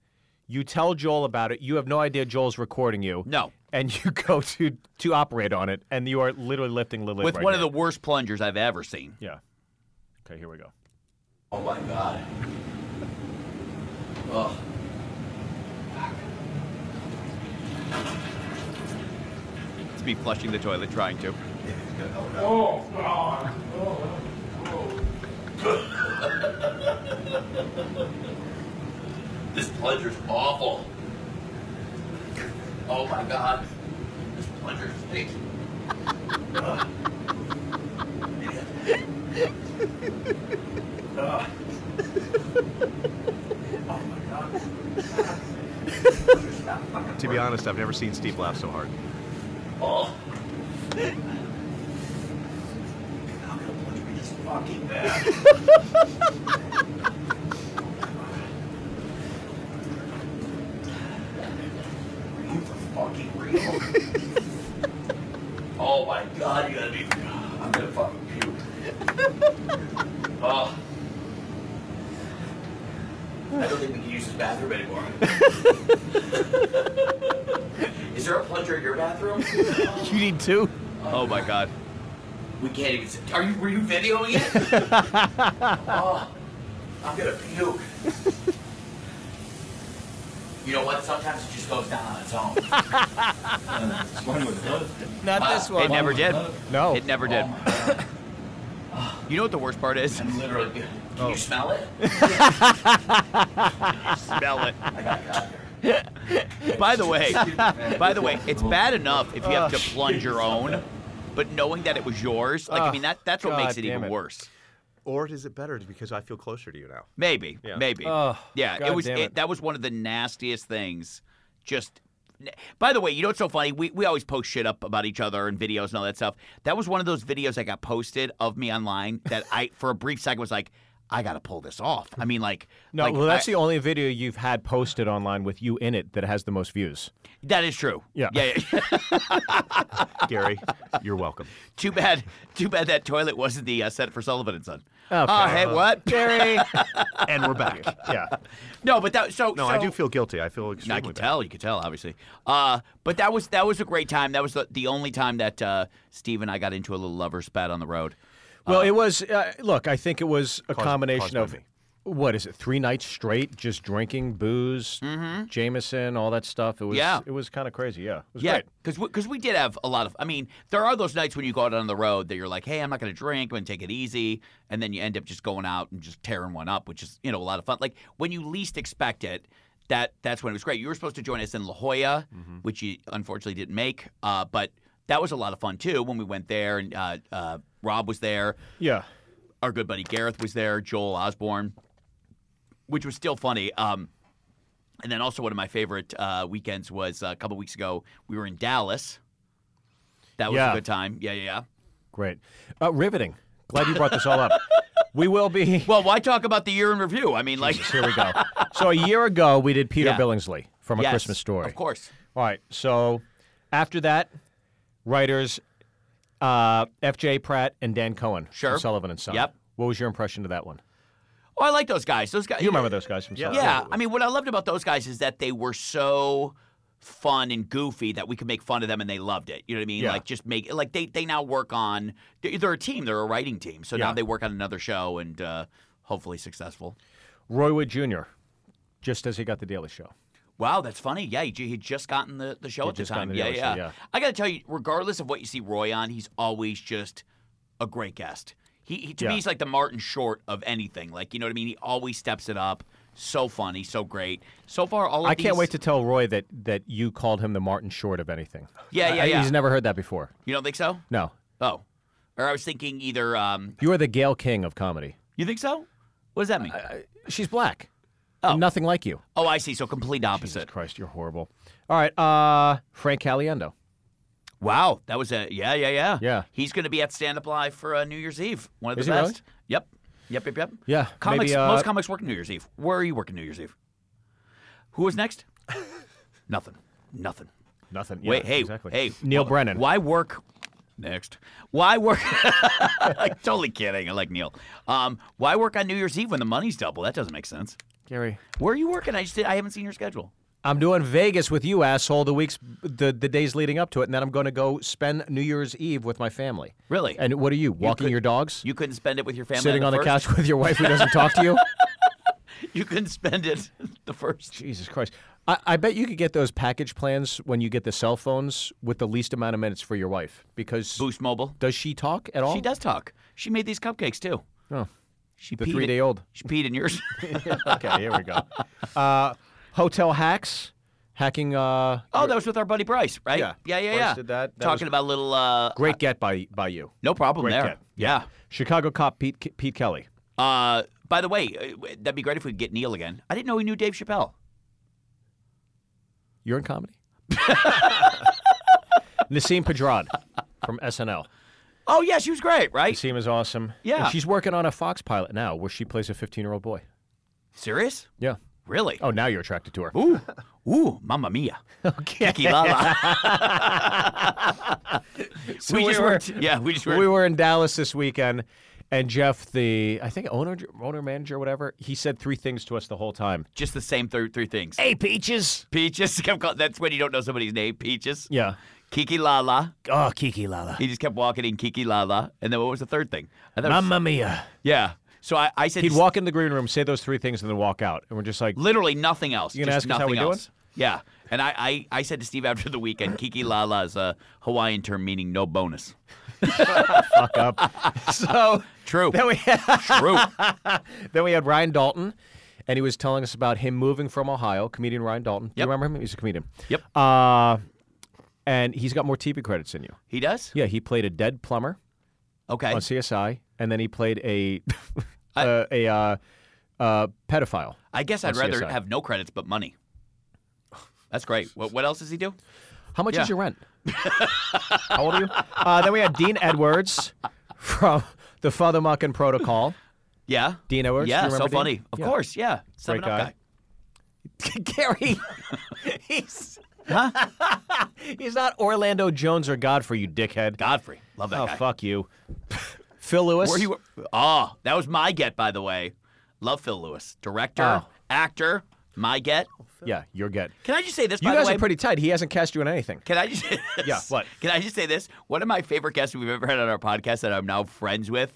Speaker 2: You tell Joel about it. You have no idea Joel's recording you.
Speaker 1: No.
Speaker 2: And *laughs* you go to to operate on it, and you are literally lifting the lid
Speaker 1: With
Speaker 2: right
Speaker 1: one
Speaker 2: here.
Speaker 1: of the worst plungers I've ever seen.
Speaker 2: Yeah. Okay, here we go.
Speaker 4: Oh my god. Oh.
Speaker 1: It's me flushing the toilet trying to.
Speaker 4: Oh god. *laughs* this plunger's awful. Oh my god. This plunger stinks. Ugh. Ugh. Oh my god.
Speaker 3: To be honest, I've never seen Steve laugh so hard.
Speaker 4: Oh. How can a plunger be this fucking bad. Are you for fucking real? oh my god, you gotta be. I'm gonna fucking puke. Oh. I don't think we can use this bathroom anymore. Is there a plunger in your bathroom?
Speaker 2: You need two.
Speaker 1: Oh my God.
Speaker 4: We can't even. sit- Are you were you videoing it?
Speaker 1: *laughs*
Speaker 4: oh, I'm gonna puke. You know what? Sometimes it just goes down on its own.
Speaker 2: Not
Speaker 4: this one.
Speaker 1: It never did.
Speaker 2: No.
Speaker 1: It never did.
Speaker 4: Oh my God.
Speaker 1: *laughs* You know what the worst part is?
Speaker 4: I'm literally. Can you smell it?
Speaker 1: Smell it.
Speaker 4: I got out there.
Speaker 1: *laughs* By the
Speaker 4: *laughs*
Speaker 1: way, by the way, it's bad enough if you have to
Speaker 2: Oh,
Speaker 1: plunge your own, but knowing that it was yours, like I mean that that's what
Speaker 2: God
Speaker 1: makes it
Speaker 2: damn
Speaker 1: even
Speaker 2: it.
Speaker 1: worse.
Speaker 3: Or is it better because I feel closer to you now?
Speaker 1: Maybe,
Speaker 3: Yeah.
Speaker 1: maybe.
Speaker 2: Oh,
Speaker 1: yeah,
Speaker 2: God
Speaker 1: it was
Speaker 2: damn it.
Speaker 1: that was one of the nastiest things. Just by the way, you know what's so funny? We we always post shit up about each other and videos and all that stuff. That was one of those videos that got posted of me online that
Speaker 2: *laughs*
Speaker 1: I for a brief second was like, I gotta pull this off. I mean like
Speaker 2: No,
Speaker 1: like,
Speaker 2: well, that's
Speaker 1: I-
Speaker 2: the only video you've had posted online with you in it that has the most views.
Speaker 1: that is true.
Speaker 2: Yeah.
Speaker 1: Yeah. yeah. *laughs*
Speaker 3: Gary, you're welcome.
Speaker 1: too bad too bad that toilet wasn't the uh, set for Sullivan and Son.
Speaker 2: Okay.
Speaker 1: Oh, hey, what?
Speaker 2: *laughs* Gary.
Speaker 3: And
Speaker 1: *laughs*
Speaker 3: we're back.
Speaker 2: yeah.
Speaker 1: No, but that so
Speaker 3: No,
Speaker 1: so,
Speaker 3: I do feel guilty. I feel extremely
Speaker 1: I can
Speaker 3: bad.
Speaker 1: tell. You can tell, obviously. Uh, but that was that was a great time. That was the, the only time that uh, Steve and I got into a little lover spat on the road.
Speaker 2: Well, it was. Uh, look, I think it was a
Speaker 3: Caused- caused
Speaker 2: combination
Speaker 3: by
Speaker 2: of
Speaker 3: me.
Speaker 2: what is it? Three nights straight, just drinking booze, Jameson, all that stuff. It was.
Speaker 1: Mm-hmm. Yeah.
Speaker 2: It was kind of crazy. Yeah. It was
Speaker 1: Yeah,
Speaker 2: great.
Speaker 1: because because we, did have a lot of. I mean, there are those nights when you go out on the road that you're like, hey, I'm not going to drink, I'm going to take it easy, and then you end up just going out and just tearing one up, which is you know a lot of fun. Like when you least expect it. That, that's when it was great. You were supposed to join us in La Jolla,
Speaker 2: Mm-hmm.
Speaker 1: which you unfortunately didn't make. Uh, but that was a lot of fun too when we went there and uh, uh, Rob was there.
Speaker 2: Yeah.
Speaker 1: our good buddy Gareth was there, Joel Osborne, which was still funny. Um, and then also one of my favorite uh, weekends was uh, a couple weeks ago. We were in Dallas. That was
Speaker 2: Yeah.
Speaker 1: a good time. Yeah, yeah, yeah.
Speaker 2: Great. Uh, riveting. Glad you brought
Speaker 1: *laughs*
Speaker 2: this all up. we will be. *laughs*
Speaker 1: Well, why talk about the year in review? I mean, like,
Speaker 2: Here we go. So a year ago, we did Peter
Speaker 1: Yeah.
Speaker 2: Billingsley from A
Speaker 1: yes,
Speaker 2: Christmas Story.
Speaker 1: Of course.
Speaker 2: All right. So after that, writers uh, F.J. Pratt and Dan Cohen from
Speaker 1: Sure.
Speaker 2: Sullivan and Son.
Speaker 1: Yep.
Speaker 2: What was your impression of that one?
Speaker 1: Oh, I like those guys. Those guys.
Speaker 2: You remember those guys from Sullivan?
Speaker 1: Yeah, I mean, what I loved about those guys is that they were so fun and goofy that we could make fun of them and they loved it. You know what I mean?
Speaker 2: Yeah.
Speaker 1: Like just make like they they now work on they're, they're a team, they're a writing team. So
Speaker 2: Yeah.
Speaker 1: now they work on another show and uh, hopefully successful.
Speaker 2: Roy Wood Jr. Just as he got the Daily Show.
Speaker 1: Wow, that's funny. Yeah, he, ju- he'd just gotten the, the show at the
Speaker 2: just gotten
Speaker 1: time.
Speaker 2: the
Speaker 1: yeah,
Speaker 2: other
Speaker 1: yeah.
Speaker 2: show, yeah.
Speaker 1: I got to tell you, regardless of what you see Roy on, he's always just a great guest. He, he to
Speaker 2: Yeah.
Speaker 1: me, he's like the Martin Short of anything. Like you know what I mean? He always steps it up. So funny, so great. So far, all of
Speaker 2: I can't
Speaker 1: these-
Speaker 2: wait to tell Roy that that you called him the Martin Short of anything.
Speaker 1: Yeah,
Speaker 2: I-
Speaker 1: yeah,
Speaker 2: I-
Speaker 1: yeah.
Speaker 2: He's never heard that before.
Speaker 1: You don't think so?
Speaker 2: No.
Speaker 1: Oh, or I was thinking either. Um,
Speaker 2: You are the Gail King of comedy.
Speaker 1: you think so? What does that mean?
Speaker 2: She's black.
Speaker 1: Oh.
Speaker 2: And Nothing like you.
Speaker 1: oh, I see. So complete
Speaker 2: Jesus
Speaker 1: opposite.
Speaker 2: Christ, you're horrible. All right, uh, Frank Caliendo.
Speaker 1: Wow, that was a yeah, yeah, yeah.
Speaker 2: Yeah.
Speaker 1: he's going to be at Stand Up Live for uh, New Year's Eve. One of the
Speaker 2: Is he really?
Speaker 1: best. Yep. Yep. Yep. Yep.
Speaker 2: Yeah,
Speaker 1: Comics.
Speaker 2: maybe, uh,
Speaker 1: most comics work New Year's Eve. Where are you working New Year's Eve? Who was
Speaker 2: *laughs*
Speaker 1: next? Nothing. Nothing.
Speaker 2: Nothing.
Speaker 1: Wait.
Speaker 2: yeah,
Speaker 1: hey.
Speaker 2: exactly.
Speaker 1: Hey.
Speaker 2: Neil
Speaker 1: wh-
Speaker 2: Brennan.
Speaker 1: Why work? Next. Why work? *laughs* totally kidding. I like Neil. Um, why work on New Year's Eve when the money's double? That doesn't make sense.
Speaker 2: Gary.
Speaker 1: Where are you working? I just did, I haven't seen your schedule.
Speaker 2: I'm doing Vegas with you, asshole. The weeks, the the days leading up to it, and then I'm going to go spend New Year's Eve with my family.
Speaker 1: Really?
Speaker 2: And what are you walking
Speaker 1: could-
Speaker 2: your dogs?
Speaker 1: You couldn't spend it with your family.
Speaker 2: sitting on the
Speaker 1: first?
Speaker 2: couch with your wife who doesn't talk
Speaker 1: *laughs*
Speaker 2: to you?
Speaker 1: You couldn't spend it *laughs* the first.
Speaker 2: Jesus Christ! I, I bet you could get those package plans when you get the cell phones with the least amount of minutes for your wife because
Speaker 1: Boost Mobile.
Speaker 2: does she talk at all?
Speaker 1: She does talk. She made these cupcakes too.
Speaker 2: Oh,
Speaker 1: She
Speaker 2: the
Speaker 1: peed
Speaker 2: three day
Speaker 1: in-
Speaker 2: old.
Speaker 1: She peed in
Speaker 2: *laughs*
Speaker 1: yours.
Speaker 2: *laughs* Okay, here
Speaker 1: *laughs*
Speaker 2: we go. Uh, hotel hacks, hacking. Uh,
Speaker 1: oh, that was with our buddy Bryce, right?
Speaker 2: Yeah.
Speaker 1: yeah, yeah.
Speaker 2: Bryce
Speaker 1: yeah.
Speaker 2: did that. That
Speaker 1: Talking
Speaker 2: was-
Speaker 1: about little. Uh,
Speaker 2: great get by by you.
Speaker 1: no problem
Speaker 2: Great
Speaker 1: there.
Speaker 2: cat.
Speaker 1: Yeah.
Speaker 2: Chicago cop Pete Pete Kelly.
Speaker 1: Uh, by the way, uh, w- that'd be great if we could get Neil again. I didn't know he knew Dave Chappelle. *laughs*
Speaker 2: You're in comedy. Nassim Pedrad from SNL.
Speaker 1: Oh yeah, she was great, right?
Speaker 2: Seema's awesome.
Speaker 1: Yeah.
Speaker 2: And she's working on a Fox pilot now where she plays a 15 year old boy.
Speaker 1: Serious?
Speaker 2: Yeah.
Speaker 1: Really?
Speaker 2: Oh, now you're attracted to her.
Speaker 1: Ooh, ooh, mamma mia.
Speaker 2: *laughs* Okay.
Speaker 1: Kiki la la. we
Speaker 2: *laughs* we
Speaker 1: just
Speaker 2: were-
Speaker 1: worked. Yeah, we just worked.
Speaker 2: we were in Dallas this weekend, and Jeff, the I think owner, owner manager, whatever, he said three things to us the whole time.
Speaker 1: just the same three, three things.
Speaker 2: Hey, peaches.
Speaker 1: Peaches. *laughs* kept call- That's when you don't know somebody's name. Peaches.
Speaker 2: Yeah.
Speaker 1: Kiki la la.
Speaker 2: Oh, Kiki Lala.
Speaker 1: He just kept walking in Kiki la la. And then what was the third thing? I thought it was-
Speaker 2: Mamma mia.
Speaker 1: yeah. So I, I said
Speaker 2: He'd walk into the green room, say those three things, and then walk out. And we're just *laughs* like,
Speaker 1: literally nothing else.
Speaker 2: You gonna
Speaker 1: just
Speaker 2: ask us how
Speaker 1: nothing
Speaker 2: we doing?
Speaker 1: else. Yeah. And I, I, I said to Steve after the weekend, Kiki la la is a Hawaiian term meaning no bonus.
Speaker 2: fuck up. so
Speaker 1: True.
Speaker 2: then we
Speaker 1: True.
Speaker 2: *laughs* then we had Ryan Dalton, and he was telling us about him moving from Ohio. Comedian Ryan Dalton. Do
Speaker 1: Yep.
Speaker 2: you remember him? He's a comedian.
Speaker 1: *laughs* Yep.
Speaker 2: Uh, and he's got more TV credits than you.
Speaker 1: He does?
Speaker 2: Yeah, he played a dead plumber.
Speaker 1: Okay.
Speaker 2: on CSI, and then he played a
Speaker 1: *laughs*
Speaker 2: uh, a uh, uh, pedophile.
Speaker 1: I guess I'd
Speaker 2: on
Speaker 1: rather
Speaker 2: CSI.
Speaker 1: have no credits but money. That's great. What, what else does he do?
Speaker 2: How much
Speaker 1: Yeah.
Speaker 2: is
Speaker 1: *laughs*
Speaker 2: your rent? How old are you? Uh, then we had Dean Edwards from the Father
Speaker 1: *laughs*
Speaker 2: Muckin Protocol.
Speaker 1: Yeah.
Speaker 2: Dean Edwards. do you
Speaker 1: Yeah, so
Speaker 2: remember Dean?
Speaker 1: funny. Of
Speaker 2: Yeah.
Speaker 1: course, yeah. Seven up
Speaker 2: guy.
Speaker 1: guy.
Speaker 2: Gary, he's he's not Orlando Jones or Godfrey, you dickhead.
Speaker 1: Godfrey. Love that
Speaker 2: oh
Speaker 1: guy.
Speaker 2: fuck you, Phil Lewis.
Speaker 1: Were you? Oh, that was my get, by the way. Love Phil Lewis, director,
Speaker 2: Oh.
Speaker 1: actor. My get.
Speaker 2: Yeah, you're good.
Speaker 1: Can I just say this?
Speaker 2: You
Speaker 1: by
Speaker 2: guys
Speaker 1: the way?
Speaker 2: are pretty tight. He hasn't cast you in anything.
Speaker 1: Can I
Speaker 2: *laughs*
Speaker 1: just say this?
Speaker 2: Yeah, what?
Speaker 1: Can I just say this? One of my favorite guests we've ever had on our podcast that I'm now friends with.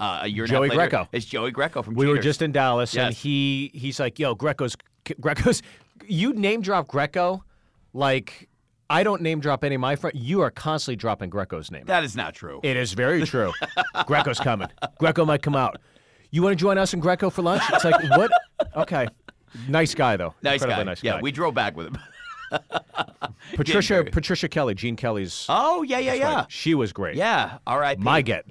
Speaker 1: Uh, a year and a half
Speaker 2: Joey
Speaker 1: later,
Speaker 2: Greco.
Speaker 1: Is Joey Greco from
Speaker 2: We were
Speaker 1: Cheaters.
Speaker 2: just in Dallas, and
Speaker 1: Yes.
Speaker 2: he he's like, "Yo, Greco's Greco's." *laughs* You name drop Greco, like I don't name drop any of my friends. You are constantly dropping Greco's name.
Speaker 1: That is not true.
Speaker 2: it is
Speaker 1: *laughs*
Speaker 2: very true. Greco's coming. Greco might come out. You want to join us and Greco for lunch? It's like what? Okay. Nice guy though.
Speaker 1: nice
Speaker 2: Incredibly
Speaker 1: guy.
Speaker 2: Nice
Speaker 1: yeah,
Speaker 2: guy.
Speaker 1: we drove back with
Speaker 2: *laughs*
Speaker 1: him.
Speaker 2: Patricia
Speaker 1: very-
Speaker 2: Patricia Kelly, Gene Kelly's.
Speaker 1: Oh yeah, yeah,
Speaker 2: wife.
Speaker 1: yeah,
Speaker 2: She was great.
Speaker 1: yeah. All right,
Speaker 2: My get.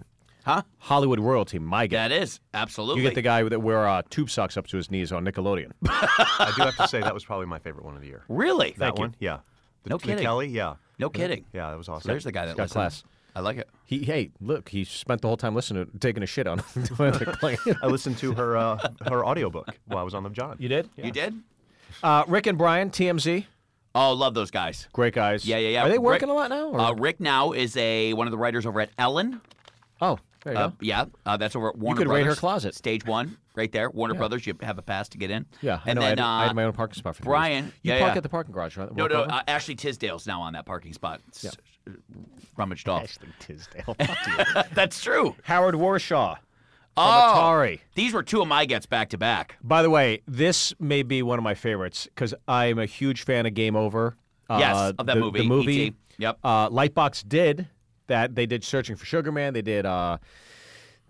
Speaker 1: Huh?
Speaker 2: Hollywood royalty. My get.
Speaker 1: That is absolutely.
Speaker 2: You get the guy that wear uh, tube socks up to his knees on Nickelodeon.
Speaker 3: I do have to say that was probably my favorite one of the year.
Speaker 1: really.
Speaker 3: that one, yeah. The,
Speaker 1: No
Speaker 3: the
Speaker 1: kidding.
Speaker 3: Kelly, yeah.
Speaker 1: No kidding.
Speaker 3: Yeah, that was awesome.
Speaker 1: So there's the guy that
Speaker 2: got
Speaker 1: listened.
Speaker 2: class.
Speaker 1: I like it.
Speaker 2: He, hey, look, he spent the whole time listening to taking a shit on *laughs* on the plane.
Speaker 3: I listened to
Speaker 1: *laughs*
Speaker 3: her uh, her audiobook while I was on the John.
Speaker 2: you did?
Speaker 1: You did?
Speaker 2: Uh, Rick and Brian, TMZ,
Speaker 1: Oh, love those guys.
Speaker 2: great guys.
Speaker 1: Yeah, yeah, yeah.
Speaker 2: Are they
Speaker 1: Rick-
Speaker 2: working a lot now? or-
Speaker 1: Uh, Rick now is a one of the writers over at Ellen.
Speaker 2: oh, there you
Speaker 1: Uh,
Speaker 2: go.
Speaker 1: yeah, uh, that's over at Warner
Speaker 2: could raid
Speaker 1: Brothers.
Speaker 2: her closet.
Speaker 1: Stage one, right there. Warner Brothers, you have a pass to get in.
Speaker 2: Yeah, I
Speaker 1: and
Speaker 2: know. I,
Speaker 1: then
Speaker 2: had, I
Speaker 1: uh,
Speaker 2: had my own parking spot for three
Speaker 1: Brian-
Speaker 2: years. You
Speaker 1: yeah,
Speaker 2: park
Speaker 1: yeah.
Speaker 2: at the parking garage, right?
Speaker 1: no,
Speaker 2: Walk
Speaker 1: no,
Speaker 2: over?
Speaker 1: uh, Ashley Tisdale's now on that parking spot. It's Rummaged off.
Speaker 2: Ashley Tisdale. fuck you.
Speaker 1: *laughs* that's true.
Speaker 2: Howard Warshaw.
Speaker 1: Oh,
Speaker 2: Atari.
Speaker 1: these were two of my gets back to back.
Speaker 2: By the way, this may be one of my favorites because I'm a huge fan of Game Over. Uh,
Speaker 1: Yes, of that
Speaker 2: the,
Speaker 1: movie,
Speaker 2: The movie.
Speaker 1: E.T.. Yep.
Speaker 2: Uh, Lightbox did that. They did Searching for Sugar Man. They did. Uh,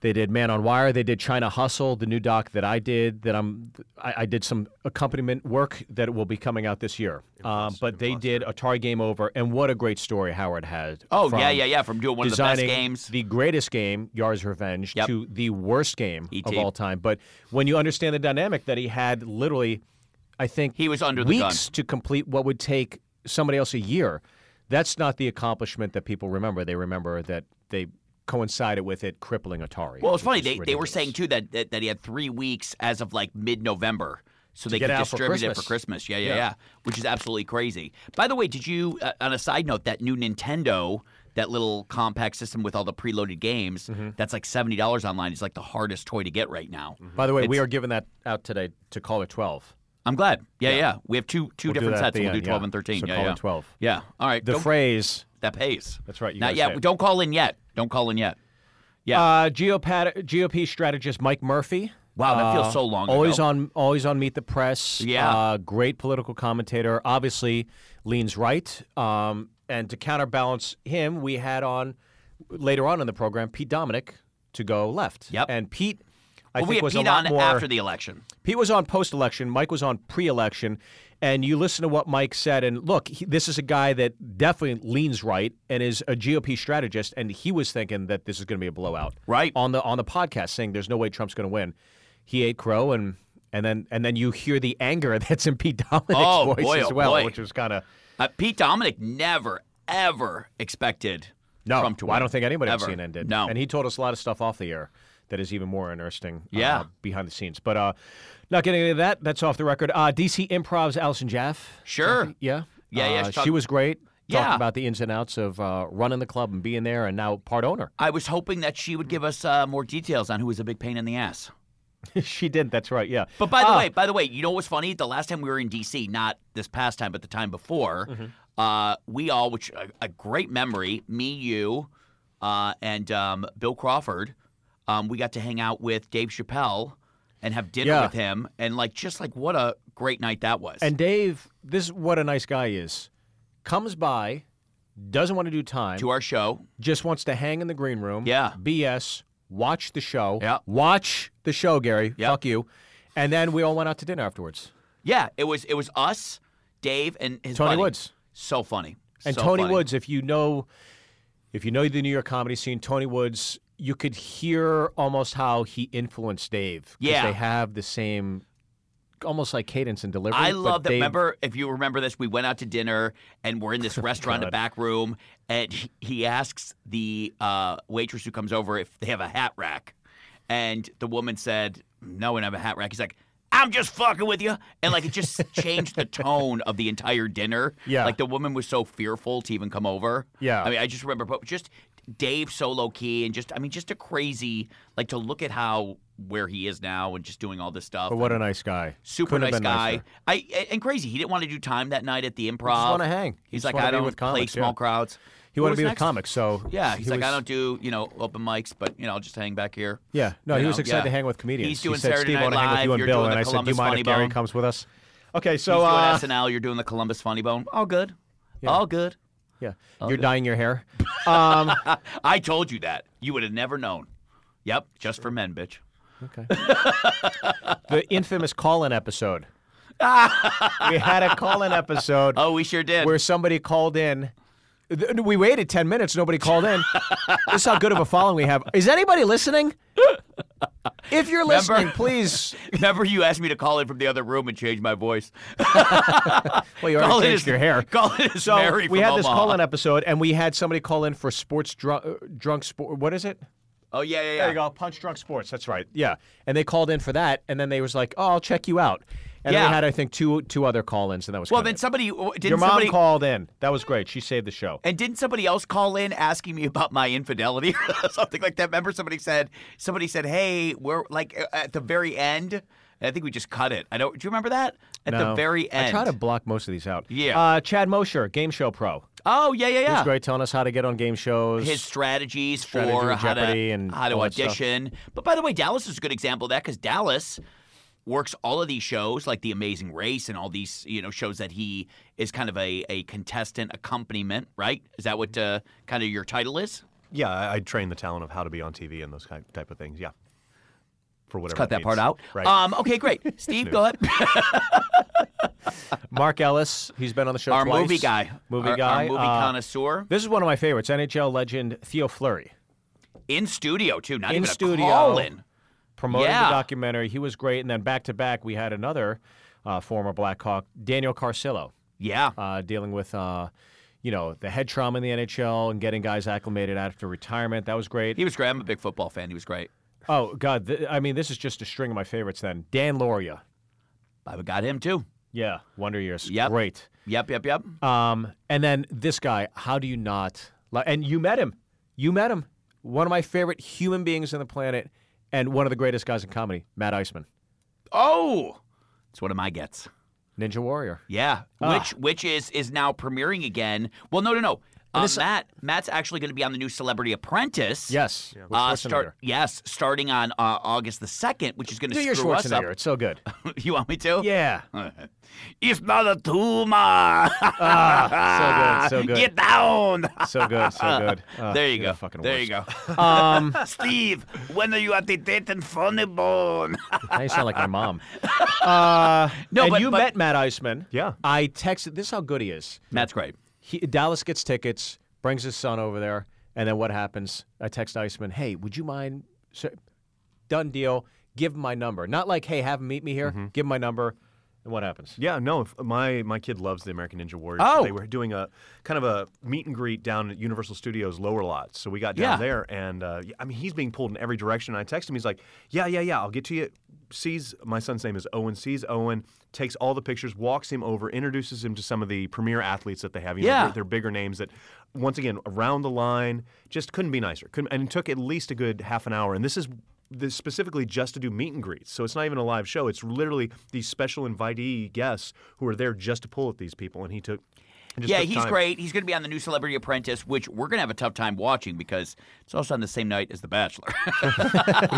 Speaker 2: they did Man on Wire. They did China Hustle, the new doc that I did. That I'm. I, I did some accompaniment work that will be coming out this year. Um, but they did Atari Game Over, and what a great story Howard had.
Speaker 1: Oh
Speaker 2: from
Speaker 1: yeah, yeah, yeah. From doing one of the best
Speaker 2: designing
Speaker 1: games.
Speaker 2: the greatest game, Yar's Revenge,
Speaker 1: Yep. E
Speaker 2: to the worst game
Speaker 1: E.T..
Speaker 2: of all time. But when you understand the dynamic that he had, literally, I think
Speaker 1: He was under the gun.
Speaker 2: weeks to complete what would take somebody else a year. That's not the accomplishment that people remember. They remember that they coincided with it crippling Atari.
Speaker 1: Well, it's
Speaker 2: which
Speaker 1: funny.
Speaker 2: is
Speaker 1: They, they were
Speaker 2: ridiculous.
Speaker 1: saying too that, that that he had three weeks as of like mid November, so they
Speaker 2: get
Speaker 1: could
Speaker 2: it out for
Speaker 1: distribute it for
Speaker 2: Christmas.
Speaker 1: Christmas. Yeah, yeah, yeah, Which is absolutely crazy. By the way, did you? Uh, on a side note, that new Nintendo, that little compact system with all the preloaded games,
Speaker 2: Mm-hmm.
Speaker 1: that's like seventy dollars online. Is like the hardest toy to get right now.
Speaker 2: By the way, we are giving that out today to caller 12.
Speaker 1: I'm glad. Yeah, yeah. We have two two
Speaker 2: We'll do
Speaker 1: different
Speaker 2: that at
Speaker 1: sets.
Speaker 2: the
Speaker 1: We'll do
Speaker 2: end,
Speaker 1: twelve
Speaker 2: yeah.
Speaker 1: and thirteen.
Speaker 2: So
Speaker 1: yeah,
Speaker 2: call
Speaker 1: yeah.
Speaker 2: in 12.
Speaker 1: Yeah. All right.
Speaker 2: The
Speaker 1: Don't-
Speaker 2: phrase
Speaker 1: that pays.
Speaker 2: That's right, you
Speaker 1: Not
Speaker 2: gotta
Speaker 1: yet.
Speaker 2: say it.
Speaker 1: Don't call in yet. Don't call in yet. Yeah.
Speaker 2: Uh, GOP, GOP strategist Mike Murphy.
Speaker 1: Wow, that feels
Speaker 2: Uh,
Speaker 1: so long
Speaker 2: Always
Speaker 1: ago.
Speaker 2: on, always on Meet the Press.
Speaker 1: Yeah.
Speaker 2: uh, great political commentator. Obviously, leans right. Um, and to counterbalance him, we had on later on in the program Pete Dominic to go left.
Speaker 1: Yep.
Speaker 2: And Pete, I
Speaker 1: Well,
Speaker 2: think
Speaker 1: we had
Speaker 2: was
Speaker 1: Pete
Speaker 2: a lot
Speaker 1: on
Speaker 2: more.
Speaker 1: after the election.
Speaker 2: Pete was on post election. Mike was on pre election. And you listen to what Mike said. And look, he, this is a guy that definitely leans right and is a GOP strategist. And he was thinking that this is going to be a blowout.
Speaker 1: Right.
Speaker 2: On the on the podcast saying there's no way Trump's going to win. He ate crow and. And then, and then you hear the anger *laughs* that's in Pete Dominic's
Speaker 1: Oh,
Speaker 2: voice
Speaker 1: boy,
Speaker 2: as
Speaker 1: oh,
Speaker 2: well,
Speaker 1: boy.
Speaker 2: which was kind of
Speaker 1: Uh, Pete Dominic never, ever expected
Speaker 2: No,
Speaker 1: Trump to
Speaker 2: well, I
Speaker 1: win,
Speaker 2: don't think anybody
Speaker 1: ever.
Speaker 2: on CNN did.
Speaker 1: No.
Speaker 2: and he told us a lot of stuff off the air that is even more interesting. uh,
Speaker 1: Yeah.
Speaker 2: behind the scenes. But uh, not getting into that. That's off the record. Uh, DC Improv's Allison Jaff.
Speaker 1: Sure.
Speaker 2: Jaffe, yeah,
Speaker 1: Yeah, yeah,
Speaker 2: Uh,
Speaker 1: she
Speaker 2: she,
Speaker 1: talked-
Speaker 2: was great.
Speaker 1: Yeah.
Speaker 2: Talking about the ins and outs of uh, running the club and being there, and now
Speaker 1: *laughs*
Speaker 2: part owner.
Speaker 1: I was hoping that she would give us uh, more details on who was a big pain in the ass.
Speaker 2: she did. That's right. Yeah.
Speaker 1: But by the
Speaker 2: Ah.
Speaker 1: way, by the way, you know what's funny? The last time we were in D.C., not this past time, but the time before,
Speaker 2: Mm-hmm.
Speaker 1: uh, we all, which a, a great memory, me, you, uh, and um, Bill Crawford, um, we got to hang out with Dave Chappelle and have dinner
Speaker 2: Yeah.
Speaker 1: with him, and like just like what a great night that was.
Speaker 2: And Dave, this is what a nice guy is. Comes by, doesn't want to do time,
Speaker 1: to our show,
Speaker 2: just wants to hang in the green room.
Speaker 1: Yeah.
Speaker 2: BS, watch the show.
Speaker 1: Yeah.
Speaker 2: Watch the show, Gary.
Speaker 1: Yeah.
Speaker 2: Fuck you. And then we all went out to dinner afterwards.
Speaker 1: yeah, it was it was us, Dave, and his
Speaker 2: Tony
Speaker 1: buddy.
Speaker 2: Woods.
Speaker 1: So funny.
Speaker 2: And
Speaker 1: So
Speaker 2: Tony
Speaker 1: funny.
Speaker 2: Woods, if you know if you know the New York comedy scene, Tony Woods, you could hear almost how he influenced Dave. 'cause
Speaker 1: Yeah.
Speaker 2: They have the same almost like cadence and delivery.
Speaker 1: I
Speaker 2: but
Speaker 1: love that.
Speaker 2: Dave-
Speaker 1: Remember, if you remember this, we went out to dinner and we're in
Speaker 2: *laughs*
Speaker 1: this restaurant, in the
Speaker 2: God.
Speaker 1: back room, and he- he asks the uh, waitress who comes over if they have a hat rack, and the woman said, "No, we don't have a hat rack." He's like. I'm just fucking with you, and like it
Speaker 2: *laughs*
Speaker 1: just changed the tone of the entire dinner.
Speaker 2: Yeah.
Speaker 1: like the woman was so fearful to even come over.
Speaker 2: Yeah.
Speaker 1: I mean, I just remember, but just Dave so low key, and just I mean, just a crazy like to look at how where he is now, and just doing all this stuff.
Speaker 2: But what a nice guy.
Speaker 1: Super
Speaker 2: Couldn't have
Speaker 1: nice guy.
Speaker 2: been nicer.
Speaker 1: I and crazy. He didn't want to do time that night at the improv.
Speaker 2: wanna hang. He
Speaker 1: Uh, He's
Speaker 2: just
Speaker 1: like,
Speaker 2: wanna
Speaker 1: I
Speaker 2: be
Speaker 1: don't
Speaker 2: with
Speaker 1: play
Speaker 2: comics,
Speaker 1: small
Speaker 2: yeah.
Speaker 1: crowds.
Speaker 2: He
Speaker 1: What
Speaker 2: wanted
Speaker 1: was
Speaker 2: to be with
Speaker 1: next?
Speaker 2: comics, so
Speaker 1: Yeah, he's
Speaker 2: he
Speaker 1: like, I
Speaker 2: was-
Speaker 1: don't do you know open mics, but you know I'll just hang back here.
Speaker 2: Yeah, no,
Speaker 1: You
Speaker 2: he was
Speaker 1: know,
Speaker 2: excited
Speaker 1: yeah.
Speaker 2: to hang with comedians.
Speaker 1: He's doing
Speaker 2: he said,
Speaker 1: Saturday
Speaker 2: Steve, I
Speaker 1: Night
Speaker 2: want to hang with
Speaker 1: Live.
Speaker 2: you and
Speaker 1: you're
Speaker 2: Bill,
Speaker 1: doing
Speaker 2: and
Speaker 1: the
Speaker 2: I said, do you
Speaker 1: Columbus
Speaker 2: mind
Speaker 1: Funny
Speaker 2: if Gary
Speaker 1: Bone.
Speaker 2: comes with us? Okay,
Speaker 1: He's
Speaker 2: so uh,
Speaker 1: doing SNL. You're doing the Columbus Funny Bone. All good. All good. *laughs*
Speaker 2: yeah, you're dyeing your hair.
Speaker 1: I told you that. You would have never known. Yep, just for men, bitch.
Speaker 2: Okay. the infamous call-in episode.
Speaker 1: *laughs*
Speaker 2: we had a call-in episode
Speaker 1: Oh, we sure did.
Speaker 2: where somebody called in. Th- We waited ten minutes. Nobody called in. this is how good of a following we have. Is anybody listening? If you're
Speaker 1: Remember?
Speaker 2: listening, please.
Speaker 1: *laughs* Remember, you asked me to call in from the other room and change my voice. *laughs*
Speaker 2: Well, you
Speaker 1: Call
Speaker 2: already
Speaker 1: in
Speaker 2: changed
Speaker 1: is-
Speaker 2: your hair.
Speaker 1: Call in is
Speaker 2: So
Speaker 1: Mary
Speaker 2: we
Speaker 1: from
Speaker 2: had this
Speaker 1: Omaha.
Speaker 2: call-in episode, and we had somebody call in for sports drunk, drunk sport. What is it?
Speaker 1: Oh yeah, yeah, yeah.
Speaker 2: There you go, punch drunk sports. That's right. Yeah, and they called in for that, and then they was like, "Oh, I'll check you out." And then
Speaker 1: Yeah.
Speaker 2: we had, I think, two two other call-ins, and that was
Speaker 1: Well, Oh,
Speaker 2: kinda
Speaker 1: then
Speaker 2: it.
Speaker 1: somebody didn't
Speaker 2: Your mom
Speaker 1: somebody
Speaker 2: called in. That was great. She saved the show.
Speaker 1: And didn't somebody else call in asking me *laughs* about my infidelity or *laughs* something like that? Remember, somebody said, somebody said, "Hey, we're like at the very end." And I think we just cut it. I don't. Do you remember that? At the
Speaker 2: No.
Speaker 1: very end.
Speaker 2: I try to block most of these out.
Speaker 1: Yeah.
Speaker 2: Uh, Chad Mosher, game show pro.
Speaker 1: Oh yeah, yeah,
Speaker 2: He was
Speaker 1: yeah.
Speaker 2: great telling us how to get on game shows.
Speaker 1: His strategies
Speaker 2: Strategy
Speaker 1: for
Speaker 2: with
Speaker 1: how to
Speaker 2: Jeopardy and
Speaker 1: how to
Speaker 2: all that stuff.
Speaker 1: audition. But by the way, Dallas is a good example of that because Dallas works all of these shows like The Amazing Race and all these you know shows that he is kind of a, a contestant accompaniment. Right? Is that what uh, kind of your title is?
Speaker 3: Yeah, I, I train the talent of how to be on TV and those kind type of things. Yeah, for whatever.
Speaker 1: Cut that part
Speaker 3: means.
Speaker 1: out.
Speaker 3: Right.
Speaker 1: Um, okay, great.
Speaker 2: *laughs*
Speaker 1: Steve, go ahead.
Speaker 2: Mark Ellis, he's been on the show
Speaker 1: Our
Speaker 2: twice.
Speaker 1: movie guy.
Speaker 2: Movie
Speaker 1: Our- our
Speaker 2: guy.
Speaker 1: movie
Speaker 2: Uh,
Speaker 1: connoisseur.
Speaker 2: This is one of my favorites. NHL legend Theo Fleury.
Speaker 1: In studio, too. Not
Speaker 2: in
Speaker 1: even
Speaker 2: studio.
Speaker 1: a call in.
Speaker 2: promoted
Speaker 1: Yeah.
Speaker 2: the documentary. He was great, and then back to back, we had another uh, former Blackhawk, Daniel Carcillo,
Speaker 1: Yeah.
Speaker 2: uh, dealing with uh, you know the head trauma in the NHL and getting guys acclimated after retirement. That was great.
Speaker 1: He was great. I'm a big football fan. He was great.
Speaker 2: oh God, th- I mean this is just a string of my favorites. Then Dan Loria,
Speaker 1: I got him, too.
Speaker 2: yeah, Wonder Years,
Speaker 1: Yep.
Speaker 2: great.
Speaker 1: Yep, yep, yep.
Speaker 2: Um, and then this guy, how do you not? li- And you met him, you met him. One of my favorite human beings on the planet, and one of the greatest guys in comedy, Matt Iceman,
Speaker 1: Oh, it's one of my gets.
Speaker 2: Ninja Warrior.
Speaker 1: Yeah,
Speaker 2: Uh.
Speaker 1: which which is is now premiering again. Well, no, no, no. Uh, Matt Matt's actually going to be on the new Celebrity Apprentice.
Speaker 2: Yes, with
Speaker 1: Uh,
Speaker 2: Schwarzenegger.
Speaker 1: start yes, starting on uh, August the second, which is going to
Speaker 2: Do your
Speaker 1: screw us
Speaker 2: Schwarzenegger.
Speaker 1: up.
Speaker 2: It's so good.
Speaker 1: *laughs* you want me to?
Speaker 2: Yeah.
Speaker 1: *laughs* It's not a tumor.
Speaker 2: Ah, so good. So good.
Speaker 1: Get down.
Speaker 2: So good.
Speaker 1: *laughs*
Speaker 2: So good. Ah,
Speaker 1: there you go.
Speaker 2: you're the Fucking
Speaker 1: there you
Speaker 2: worst.
Speaker 1: go.
Speaker 2: *laughs* Um,
Speaker 1: Steve, when are you at the date and funny *laughs* bone?
Speaker 2: now you sound like my *laughs* mom. Uh,
Speaker 1: No,
Speaker 2: and
Speaker 1: but-
Speaker 2: you
Speaker 1: but-
Speaker 2: met Matt Iceman.
Speaker 3: Yeah.
Speaker 2: I texted. This is how good he is.
Speaker 1: Matt's great.
Speaker 2: He, Dallas gets tickets, brings his son over there, and then what happens? I text Iceman, "Hey, would you mind?" Mm-hmm. So, done deal. Give him my number. Not like, "Hey, have him meet me here." Give him my number. And what happens?
Speaker 3: Yeah, no, if- my my kid loves the American Ninja Warrior.
Speaker 2: Oh.
Speaker 3: They were doing a kind of a meet and greet down at Universal Studios lower lots. So we got down
Speaker 1: Yeah.
Speaker 3: there, and uh, y- I mean, he's being pulled in every direction. And I text him, he's like, "Yeah, yeah, yeah, I'll get to you." Sees my son's name is Owen. Sees Owen, takes all the pictures, walks him over, introduces him to some of the premier athletes that they have. You know,
Speaker 1: Yeah.
Speaker 3: they're, they're bigger names that, once again, around the line, just couldn't be nicer. Couldn't, and it took at least a good half an hour. And this is this specifically just to do meet and greets. So it's not even a live show. It's literally these special invitee guests who are there just to pull at these people. And he took. and just
Speaker 1: yeah,
Speaker 3: took
Speaker 1: he's
Speaker 3: time.
Speaker 1: great. He's going to be on the new Celebrity Apprentice, which we're going to have a tough time watching because it's also on the same night as The
Speaker 2: *laughs*
Speaker 1: Bachelor.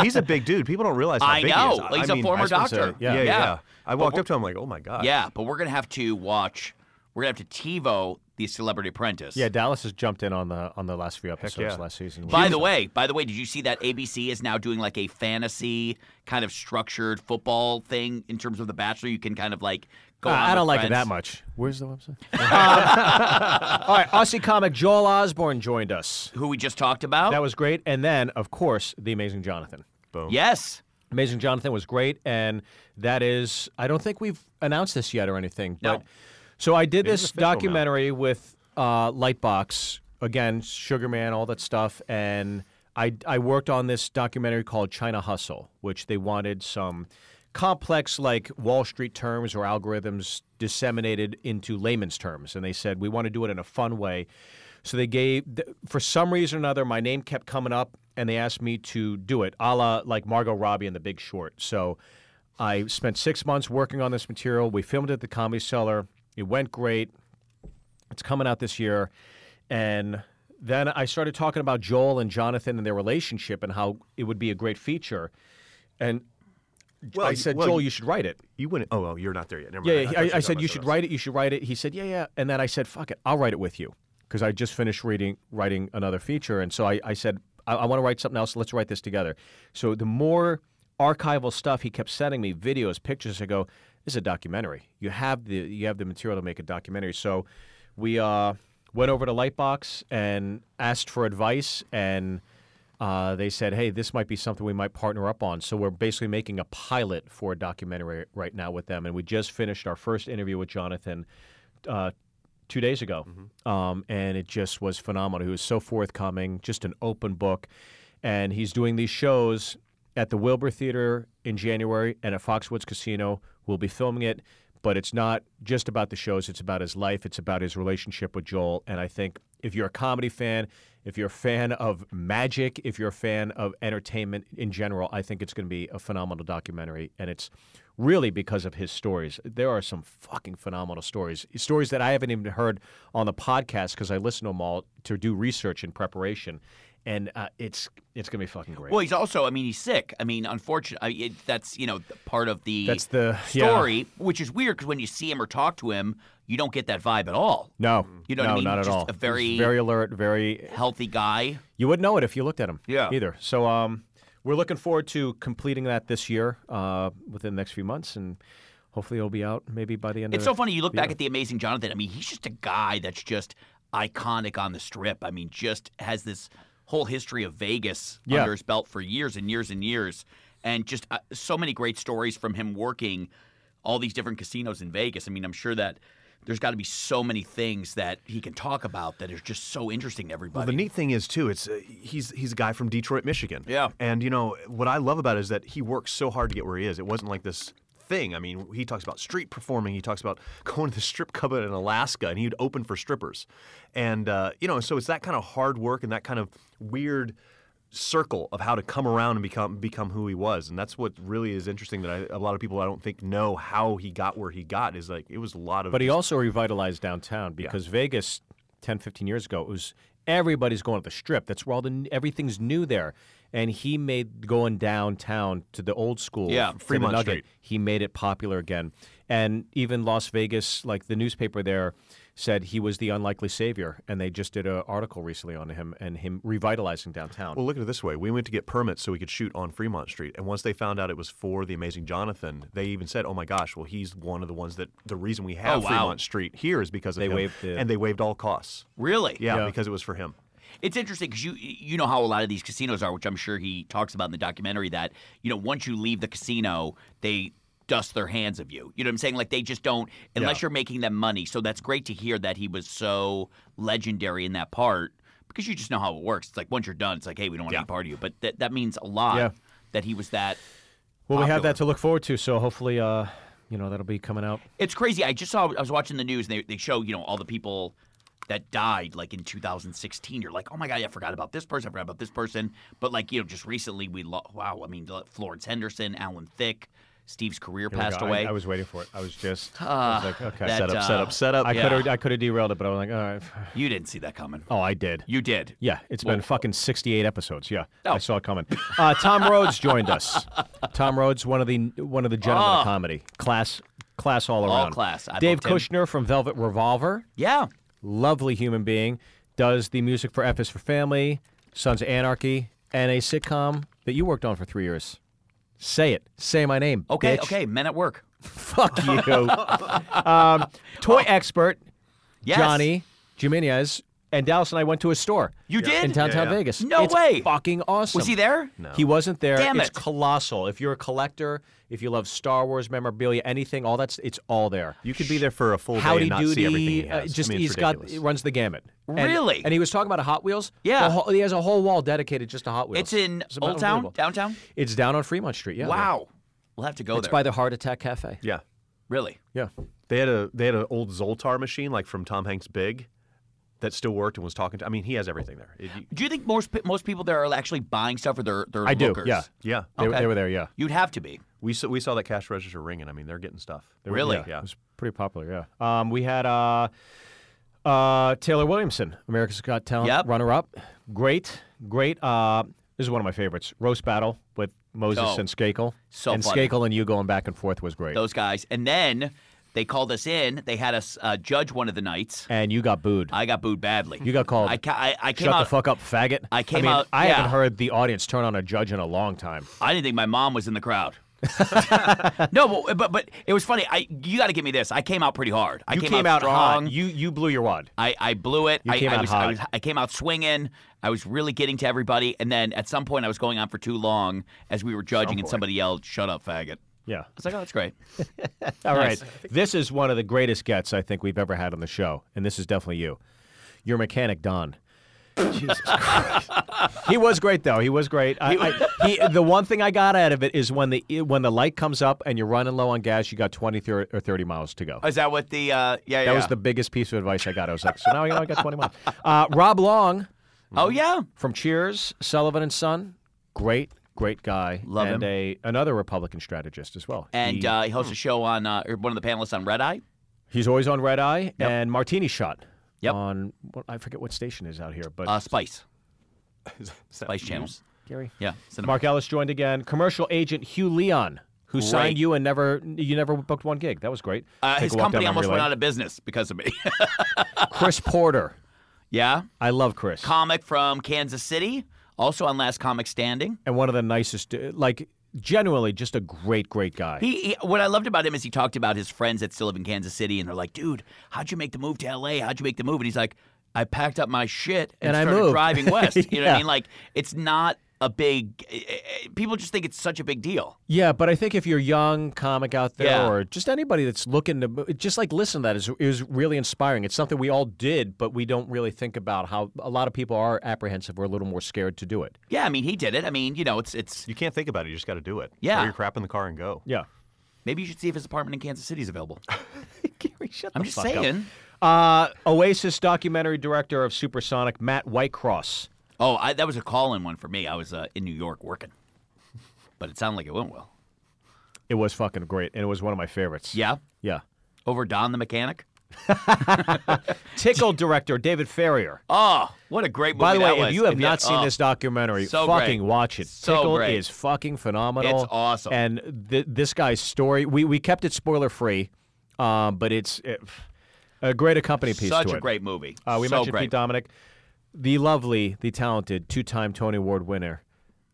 Speaker 3: He's a big dude. People don't realize how
Speaker 1: I
Speaker 3: big
Speaker 1: know.
Speaker 3: he is. I-
Speaker 1: He's
Speaker 3: I
Speaker 1: a
Speaker 3: mean,
Speaker 1: former
Speaker 3: I suppose so.
Speaker 1: doctor.
Speaker 3: Yeah, yeah.
Speaker 1: Yeah.
Speaker 3: yeah. I walked up to him like, oh my god.
Speaker 1: yeah, but we're going to have to watch. We're going to have to TiVo the Celebrity Apprentice.
Speaker 2: Yeah, Dallas has jumped in on the on the last few episodes
Speaker 3: yeah.
Speaker 2: last season.
Speaker 1: By the way, by the way, did you see that ABC is now doing like a fantasy kind of structured football thing in terms of The Bachelor? You can kind of like go.
Speaker 2: Uh,
Speaker 1: on
Speaker 2: I
Speaker 1: with
Speaker 2: don't like it
Speaker 1: friends.
Speaker 2: that much. Where's the *laughs* website? Um, all right, Aussie comic Joel Osborne joined us.
Speaker 1: Who we just talked about?
Speaker 2: That was great, and then of course the amazing Jonathan.
Speaker 3: Boom.
Speaker 1: yes.
Speaker 2: Amazing Jonathan was great, and that is I don't think we've announced this yet or anything. But
Speaker 1: No.
Speaker 2: so I did
Speaker 3: is
Speaker 2: this
Speaker 3: official now.
Speaker 2: documentary with uh, Lightbox again, Sugarman, all that stuff, and I I worked on this documentary called China Hustle, which they wanted some complex like Wall Street terms or algorithms disseminated into layman's terms, and they said we want to do it in a fun way. So they gave, th- for some reason or another, my name kept coming up, and they asked me to do it, a la like Margot Robbie in The Big Short. So I spent six months working on this material. We filmed it at the Comedy Cellar. It went great. It's coming out this year, and then I started talking about Joel and Jonathan and their relationship and how it would be a great feature. And
Speaker 3: Well,
Speaker 2: I said,
Speaker 3: well,
Speaker 2: Joel, you should write it.
Speaker 3: You wouldn't. Oh, oh, you're not there yet. Never
Speaker 2: Yeah,
Speaker 3: mind.
Speaker 2: yeah,
Speaker 3: thought
Speaker 2: I,
Speaker 3: were
Speaker 2: I,
Speaker 3: talking
Speaker 2: said
Speaker 3: about
Speaker 2: you
Speaker 3: something
Speaker 2: should
Speaker 3: else.
Speaker 2: write it. You should write it. He said, yeah, yeah, and then I said, fuck it, I'll write it with you because I just finished reading writing another feature, and so I, I said, I, I want to write something else. Let's write this together. So the more archival stuff he kept sending me, videos, pictures, I go, this is a documentary. You have the you have the material to make a documentary. So we uh, went over to Lightbox and asked for advice and. Uh, they said, "Hey, this might be something we might partner up on." So we're basically making a pilot for a documentary right now with them, and we just finished our first interview with Jonathan uh, two days ago, um, and it just was phenomenal. He was so forthcoming, just an open book, and he's doing these shows at the Wilbur Theater in January and at Foxwoods Casino. We'll be filming it, but it's not just about the shows. It's about his life. It's about his relationship with Joel. And I think if you're a comedy fan, if you're a fan of magic, if you're a fan of entertainment in general, I think it's going to be a phenomenal documentary. And it's really because of his stories. There are some fucking phenomenal stories, stories that I haven't even heard on the podcast because I listen to them all to do research and preparation. And uh, it's it's going to be fucking great.
Speaker 1: Well, he's also. I mean, he's sick. I mean, unfortunately, it, that's you know part of the
Speaker 2: That's the- yeah.
Speaker 1: story, which is weird because when you see him or talk to him, you don't get that vibe at all.
Speaker 2: No,
Speaker 1: You know what
Speaker 2: no,
Speaker 1: I mean?
Speaker 2: not at
Speaker 1: Just
Speaker 2: all.
Speaker 1: a very-
Speaker 2: He's very alert, very.
Speaker 1: Healthy guy.
Speaker 2: You wouldn't know it if you looked at him.
Speaker 1: Yeah.
Speaker 2: Either. So, um, we're looking forward to completing that this year, uh, within the next few months, and hopefully it'll be out maybe by the end.
Speaker 1: It's
Speaker 2: of
Speaker 1: so funny. You look back at the amazing Jonathan. I mean, he's just a guy that's just iconic on the strip. I mean, just has this whole history of Vegas
Speaker 2: Yeah.
Speaker 1: under his belt for years and years and years, and just uh, so many great stories from him working all these different casinos in Vegas. I mean, I'm sure that. There's got to be so many things that he can talk about that are just so interesting to everybody.
Speaker 3: Well, the neat thing is too, it's uh, he's he's a guy from Detroit, Michigan.
Speaker 1: Yeah.
Speaker 3: And you know what I love about it is that he works so hard to get where he is. It wasn't like this thing. I mean, he talks about street performing. He talks about *laughs* going to the strip club in Alaska, and he'd open for strippers. And uh, you know, so it's that kind of hard work and that kind of weird circle of how to come around and become become who he was and that's what really is interesting that I, a lot of people I don't think know how he got where he got is like it was a lot of
Speaker 2: But he also revitalized downtown because Vegas 10, 15 years ago it was everybody's going to the strip. That's where all the everything's new there. And he made going downtown to the old school
Speaker 1: Yeah,
Speaker 2: to the
Speaker 3: Fremont
Speaker 2: Nugget,
Speaker 3: Street.
Speaker 2: He made it popular again. And even Las Vegas, like the newspaper there said he was the unlikely savior and they just did an article recently on him and him revitalizing downtown.
Speaker 3: Well, look at it this way. We went to get permits so we could shoot on Fremont Street. And once they found out it was for The Amazing Jonathan, they even said, oh my gosh, well, he's one of the ones that the reason we have
Speaker 1: Oh, wow.
Speaker 3: Fremont Street here is because of
Speaker 2: They
Speaker 3: him.
Speaker 2: waived the-
Speaker 3: And they waived all costs.
Speaker 1: really?
Speaker 3: Yeah, because it was for him.
Speaker 1: It's interesting because you you know how a lot of these casinos are, which I'm sure he talks about in the documentary. That you know, once you leave the casino, they dust their hands of you. You know what I'm saying? Like they just don't unless
Speaker 3: Yeah.
Speaker 1: you're making them money. So that's great to hear that he was so legendary in that part because you just know how it works. It's like once you're done, it's like, hey, we don't want
Speaker 3: Yeah.
Speaker 1: any part of you. But that that means a lot
Speaker 2: Yeah.
Speaker 1: that he was that
Speaker 2: Well, we have
Speaker 1: popular.
Speaker 2: that to look forward to, so hopefully, uh, you know, that'll be coming out.
Speaker 1: It's crazy. I just saw. I was watching the news, and they they show you know all the people that died like in 2016. You're like, oh my god, I forgot about this person. I forgot about this person. But like you know, just recently we lo- wow. I mean, the- Florence Henderson, Alan Thicke, Steve's career passed away.
Speaker 2: Oh, I, was waiting for it. I was just.
Speaker 1: Ah,
Speaker 2: like, okay,
Speaker 1: that,
Speaker 3: Set up, set
Speaker 1: uh,
Speaker 3: up, set up.
Speaker 2: I
Speaker 1: yeah.
Speaker 2: could have. I could have derailed it, but I was like, all right.
Speaker 1: You didn't see that coming.
Speaker 2: Oh, I did.
Speaker 1: You did.
Speaker 2: Yeah, it's been fucking 68 episodes. Yeah,
Speaker 1: Oh.
Speaker 2: I saw it coming. Uh, Tom Rhodes joined us. *laughs* Tom Rhodes, one of the one of the gentlemen
Speaker 1: Oh.
Speaker 2: of comedy class, class all around.
Speaker 1: class. I
Speaker 2: Dave
Speaker 1: loved him.
Speaker 2: Kushner from Velvet Revolver,
Speaker 1: Yeah.
Speaker 2: lovely human being, does the music for F is for Family, Sons of Anarchy, and a sitcom that you worked on for three years. Say it. Say my name.
Speaker 1: Okay.
Speaker 2: bitch.
Speaker 1: Okay. Men at work.
Speaker 2: Fuck you. um, toy expert
Speaker 1: Yes.
Speaker 2: Johnny Jimenez and Dallas and I went to a store.
Speaker 1: You did?
Speaker 2: in downtown
Speaker 3: Yeah, yeah.
Speaker 2: Vegas.
Speaker 1: No
Speaker 2: It's
Speaker 1: way.
Speaker 2: Fucking awesome.
Speaker 1: Was he there?
Speaker 2: No. He wasn't there.
Speaker 1: Damn
Speaker 2: it's
Speaker 1: it.
Speaker 2: colossal. If you're a collector, if you love Star Wars memorabilia, anything, all that's it's all there.
Speaker 3: You could be there for a full day
Speaker 2: Howdy
Speaker 3: and not
Speaker 2: doody,
Speaker 3: see everything he
Speaker 2: uh,
Speaker 3: has.
Speaker 2: just
Speaker 3: I mean, it's
Speaker 2: he's got
Speaker 3: ridiculous.
Speaker 2: he runs the gamut. And-
Speaker 1: Really?
Speaker 2: And he was talking about a Hot Wheels.
Speaker 1: Yeah.
Speaker 2: The whole- he has a whole wall dedicated just to Hot Wheels.
Speaker 1: It's in
Speaker 2: about
Speaker 1: Old Town,
Speaker 2: unbelievable.
Speaker 1: downtown.
Speaker 2: It's down on Fremont Street. Yeah.
Speaker 1: Wow. We'll have to go
Speaker 2: It's
Speaker 1: there.
Speaker 2: by the Heart Attack Cafe.
Speaker 3: Yeah,
Speaker 1: really.
Speaker 2: Yeah.
Speaker 3: they had a they had an old Zoltar machine like from Tom Hanks' Big, that still worked and was talking to. I mean, he has everything there. It- you-
Speaker 1: Do you think most pe- most people there are actually buying stuff or they're they're
Speaker 2: I do.
Speaker 1: lookers?
Speaker 2: Yeah.
Speaker 3: yeah,
Speaker 2: They, were-
Speaker 1: Okay.
Speaker 2: they were there. Yeah.
Speaker 1: You'd have to be.
Speaker 3: we saw, we saw that cash register ringing. I mean, they're getting stuff. They were-
Speaker 1: Really?
Speaker 3: Yeah.
Speaker 2: It was pretty popular, yeah. Um, we had uh, uh, Taylor Williamson, America's Got Talent
Speaker 1: Yep.
Speaker 2: runner up. Great, great. Uh, this is one of my favorites. Roast battle with Moses
Speaker 1: Oh,
Speaker 2: and Skakel.
Speaker 1: so
Speaker 2: and
Speaker 1: funny.
Speaker 2: Skakel and you going back and forth was great.
Speaker 1: those guys. And then they called us in. They had us uh, judge one of the nights.
Speaker 2: and you got booed.
Speaker 1: I got booed badly.
Speaker 2: You got called.
Speaker 1: I ca- I, I came
Speaker 2: Shut
Speaker 1: out.
Speaker 2: the fuck up, faggot.
Speaker 1: I came
Speaker 2: mean,
Speaker 1: out-
Speaker 2: I
Speaker 1: yeah.
Speaker 2: haven't heard the audience turn on a judge in a long time.
Speaker 1: I didn't think my mom was in the
Speaker 2: *laughs*
Speaker 1: crowd. no, but, but but it was funny. I you got to give me this. I came out pretty hard. I
Speaker 2: you
Speaker 1: came,
Speaker 2: came, out,
Speaker 1: strong.
Speaker 2: hot. You you blew your wad.
Speaker 1: I, I blew it. I,
Speaker 2: came
Speaker 1: I
Speaker 2: out
Speaker 1: was, I
Speaker 2: hot.
Speaker 1: was I came out swinging. I was really getting to everybody, and then at some point I was going on for too long as we were judging, and somebody yelled, "Shut up, faggot!"
Speaker 2: Yeah.
Speaker 1: I was like, "Oh, that's great."
Speaker 2: All right. This is one of the greatest gets I think we've ever had on the show, and this is definitely you. Your mechanic, Don. Jesus *laughs* Christ. He was great though. He was great. I, I, he, the one thing I got out of it is when the when the light comes up and you're running low on gas, you got 20 thir- or 30 miles to go.
Speaker 1: Is that what the uh, yeah
Speaker 2: That was the biggest piece of advice I got. I was like, so now you know I got 20 miles. Uh, Rob Long
Speaker 1: oh yeah
Speaker 2: from Cheers, Sullivan and Son, great, great guy,
Speaker 1: Love
Speaker 2: and
Speaker 1: him.
Speaker 2: a another Republican strategist as well.
Speaker 1: and
Speaker 2: He-
Speaker 1: uh, he hosts a show on uh, or one of the panelists on Red Eye.
Speaker 2: He's always on red eye and martini shot.
Speaker 1: Yep.
Speaker 2: On what I forget what station is out here, but
Speaker 1: Uh, Spice.
Speaker 3: Is
Speaker 2: Mm-hmm.
Speaker 3: that
Speaker 1: Spice
Speaker 3: news?
Speaker 1: Channels.
Speaker 2: Gary.
Speaker 1: Yeah. Cinema.
Speaker 2: Mark Ellis joined again. Commercial agent Hugh Leon, who
Speaker 1: Great.
Speaker 2: signed you and never you never booked one gig. That was great.
Speaker 1: Uh,
Speaker 2: Take
Speaker 1: his
Speaker 2: a walk down
Speaker 1: company
Speaker 2: memory
Speaker 1: almost went
Speaker 2: lane.
Speaker 1: out of business because of me. *laughs*
Speaker 2: Chris Porter.
Speaker 1: yeah.
Speaker 2: I love Chris.
Speaker 1: Comic from Kansas City, also on Last Comic Standing.
Speaker 2: and one of the nicest, uh, like genuinely just a great, great guy.
Speaker 1: He, he what I loved about him is he talked about his friends that still live in Kansas City and they're like, "Dude, how'd you make the move to LA? How'd you make the move?" And he's like, "I packed up my shit and,
Speaker 2: And I
Speaker 1: started
Speaker 2: moved."
Speaker 1: driving
Speaker 2: *laughs*
Speaker 1: west." You know what I
Speaker 2: Yeah.
Speaker 1: mean? Like it's not a big eh, eh, eh, people just think it's such a big deal.
Speaker 2: yeah, but I think if you're a young comic out there
Speaker 1: Yeah.
Speaker 2: or just anybody that's looking to mo- just like listen to that is is really inspiring. It's something we all did, but we don't really think about how a lot of people are apprehensive or a little more scared to do it.
Speaker 1: Yeah, I mean, he did it. I mean, you know, it's it's
Speaker 3: You can't think about it. You just got to do it.
Speaker 1: Yeah.
Speaker 3: Throw your crap in the car and go.
Speaker 2: Yeah.
Speaker 1: maybe you should see if his apartment in Kansas City is available.
Speaker 2: *laughs* Gary, shut
Speaker 1: I'm
Speaker 2: the
Speaker 1: just
Speaker 2: fuck up.
Speaker 1: saying.
Speaker 2: Uh, Oasis documentary director of Supersonic, Matt Whitecross.
Speaker 1: Oh, I, that was a call-in one for me. I was uh, in New York working, *laughs* but it sounded like it went well.
Speaker 2: It was fucking great, and it was one of my favorites.
Speaker 1: Yeah,
Speaker 2: Yeah.
Speaker 1: over Don the mechanic.
Speaker 2: Tickle director, David Ferrier.
Speaker 1: Oh, what a great movie!
Speaker 2: By the
Speaker 1: that
Speaker 2: way,
Speaker 1: was.
Speaker 2: if you have
Speaker 1: And
Speaker 2: not
Speaker 1: the-
Speaker 2: seen
Speaker 1: oh,
Speaker 2: this documentary,
Speaker 1: so
Speaker 2: fucking
Speaker 1: great.
Speaker 2: watch it.
Speaker 1: So
Speaker 2: Tickle
Speaker 1: great.
Speaker 2: is fucking phenomenal.
Speaker 1: It's awesome.
Speaker 2: And th- this guy's story, we, we kept it spoiler free, um, but it's it, a great accompanying piece
Speaker 1: such
Speaker 2: to
Speaker 1: a
Speaker 2: it.
Speaker 1: great movie.
Speaker 2: Uh, we
Speaker 1: so
Speaker 2: mentioned
Speaker 1: great.
Speaker 2: Pete Dominic, the lovely, the talented, two-time Tony Award winner,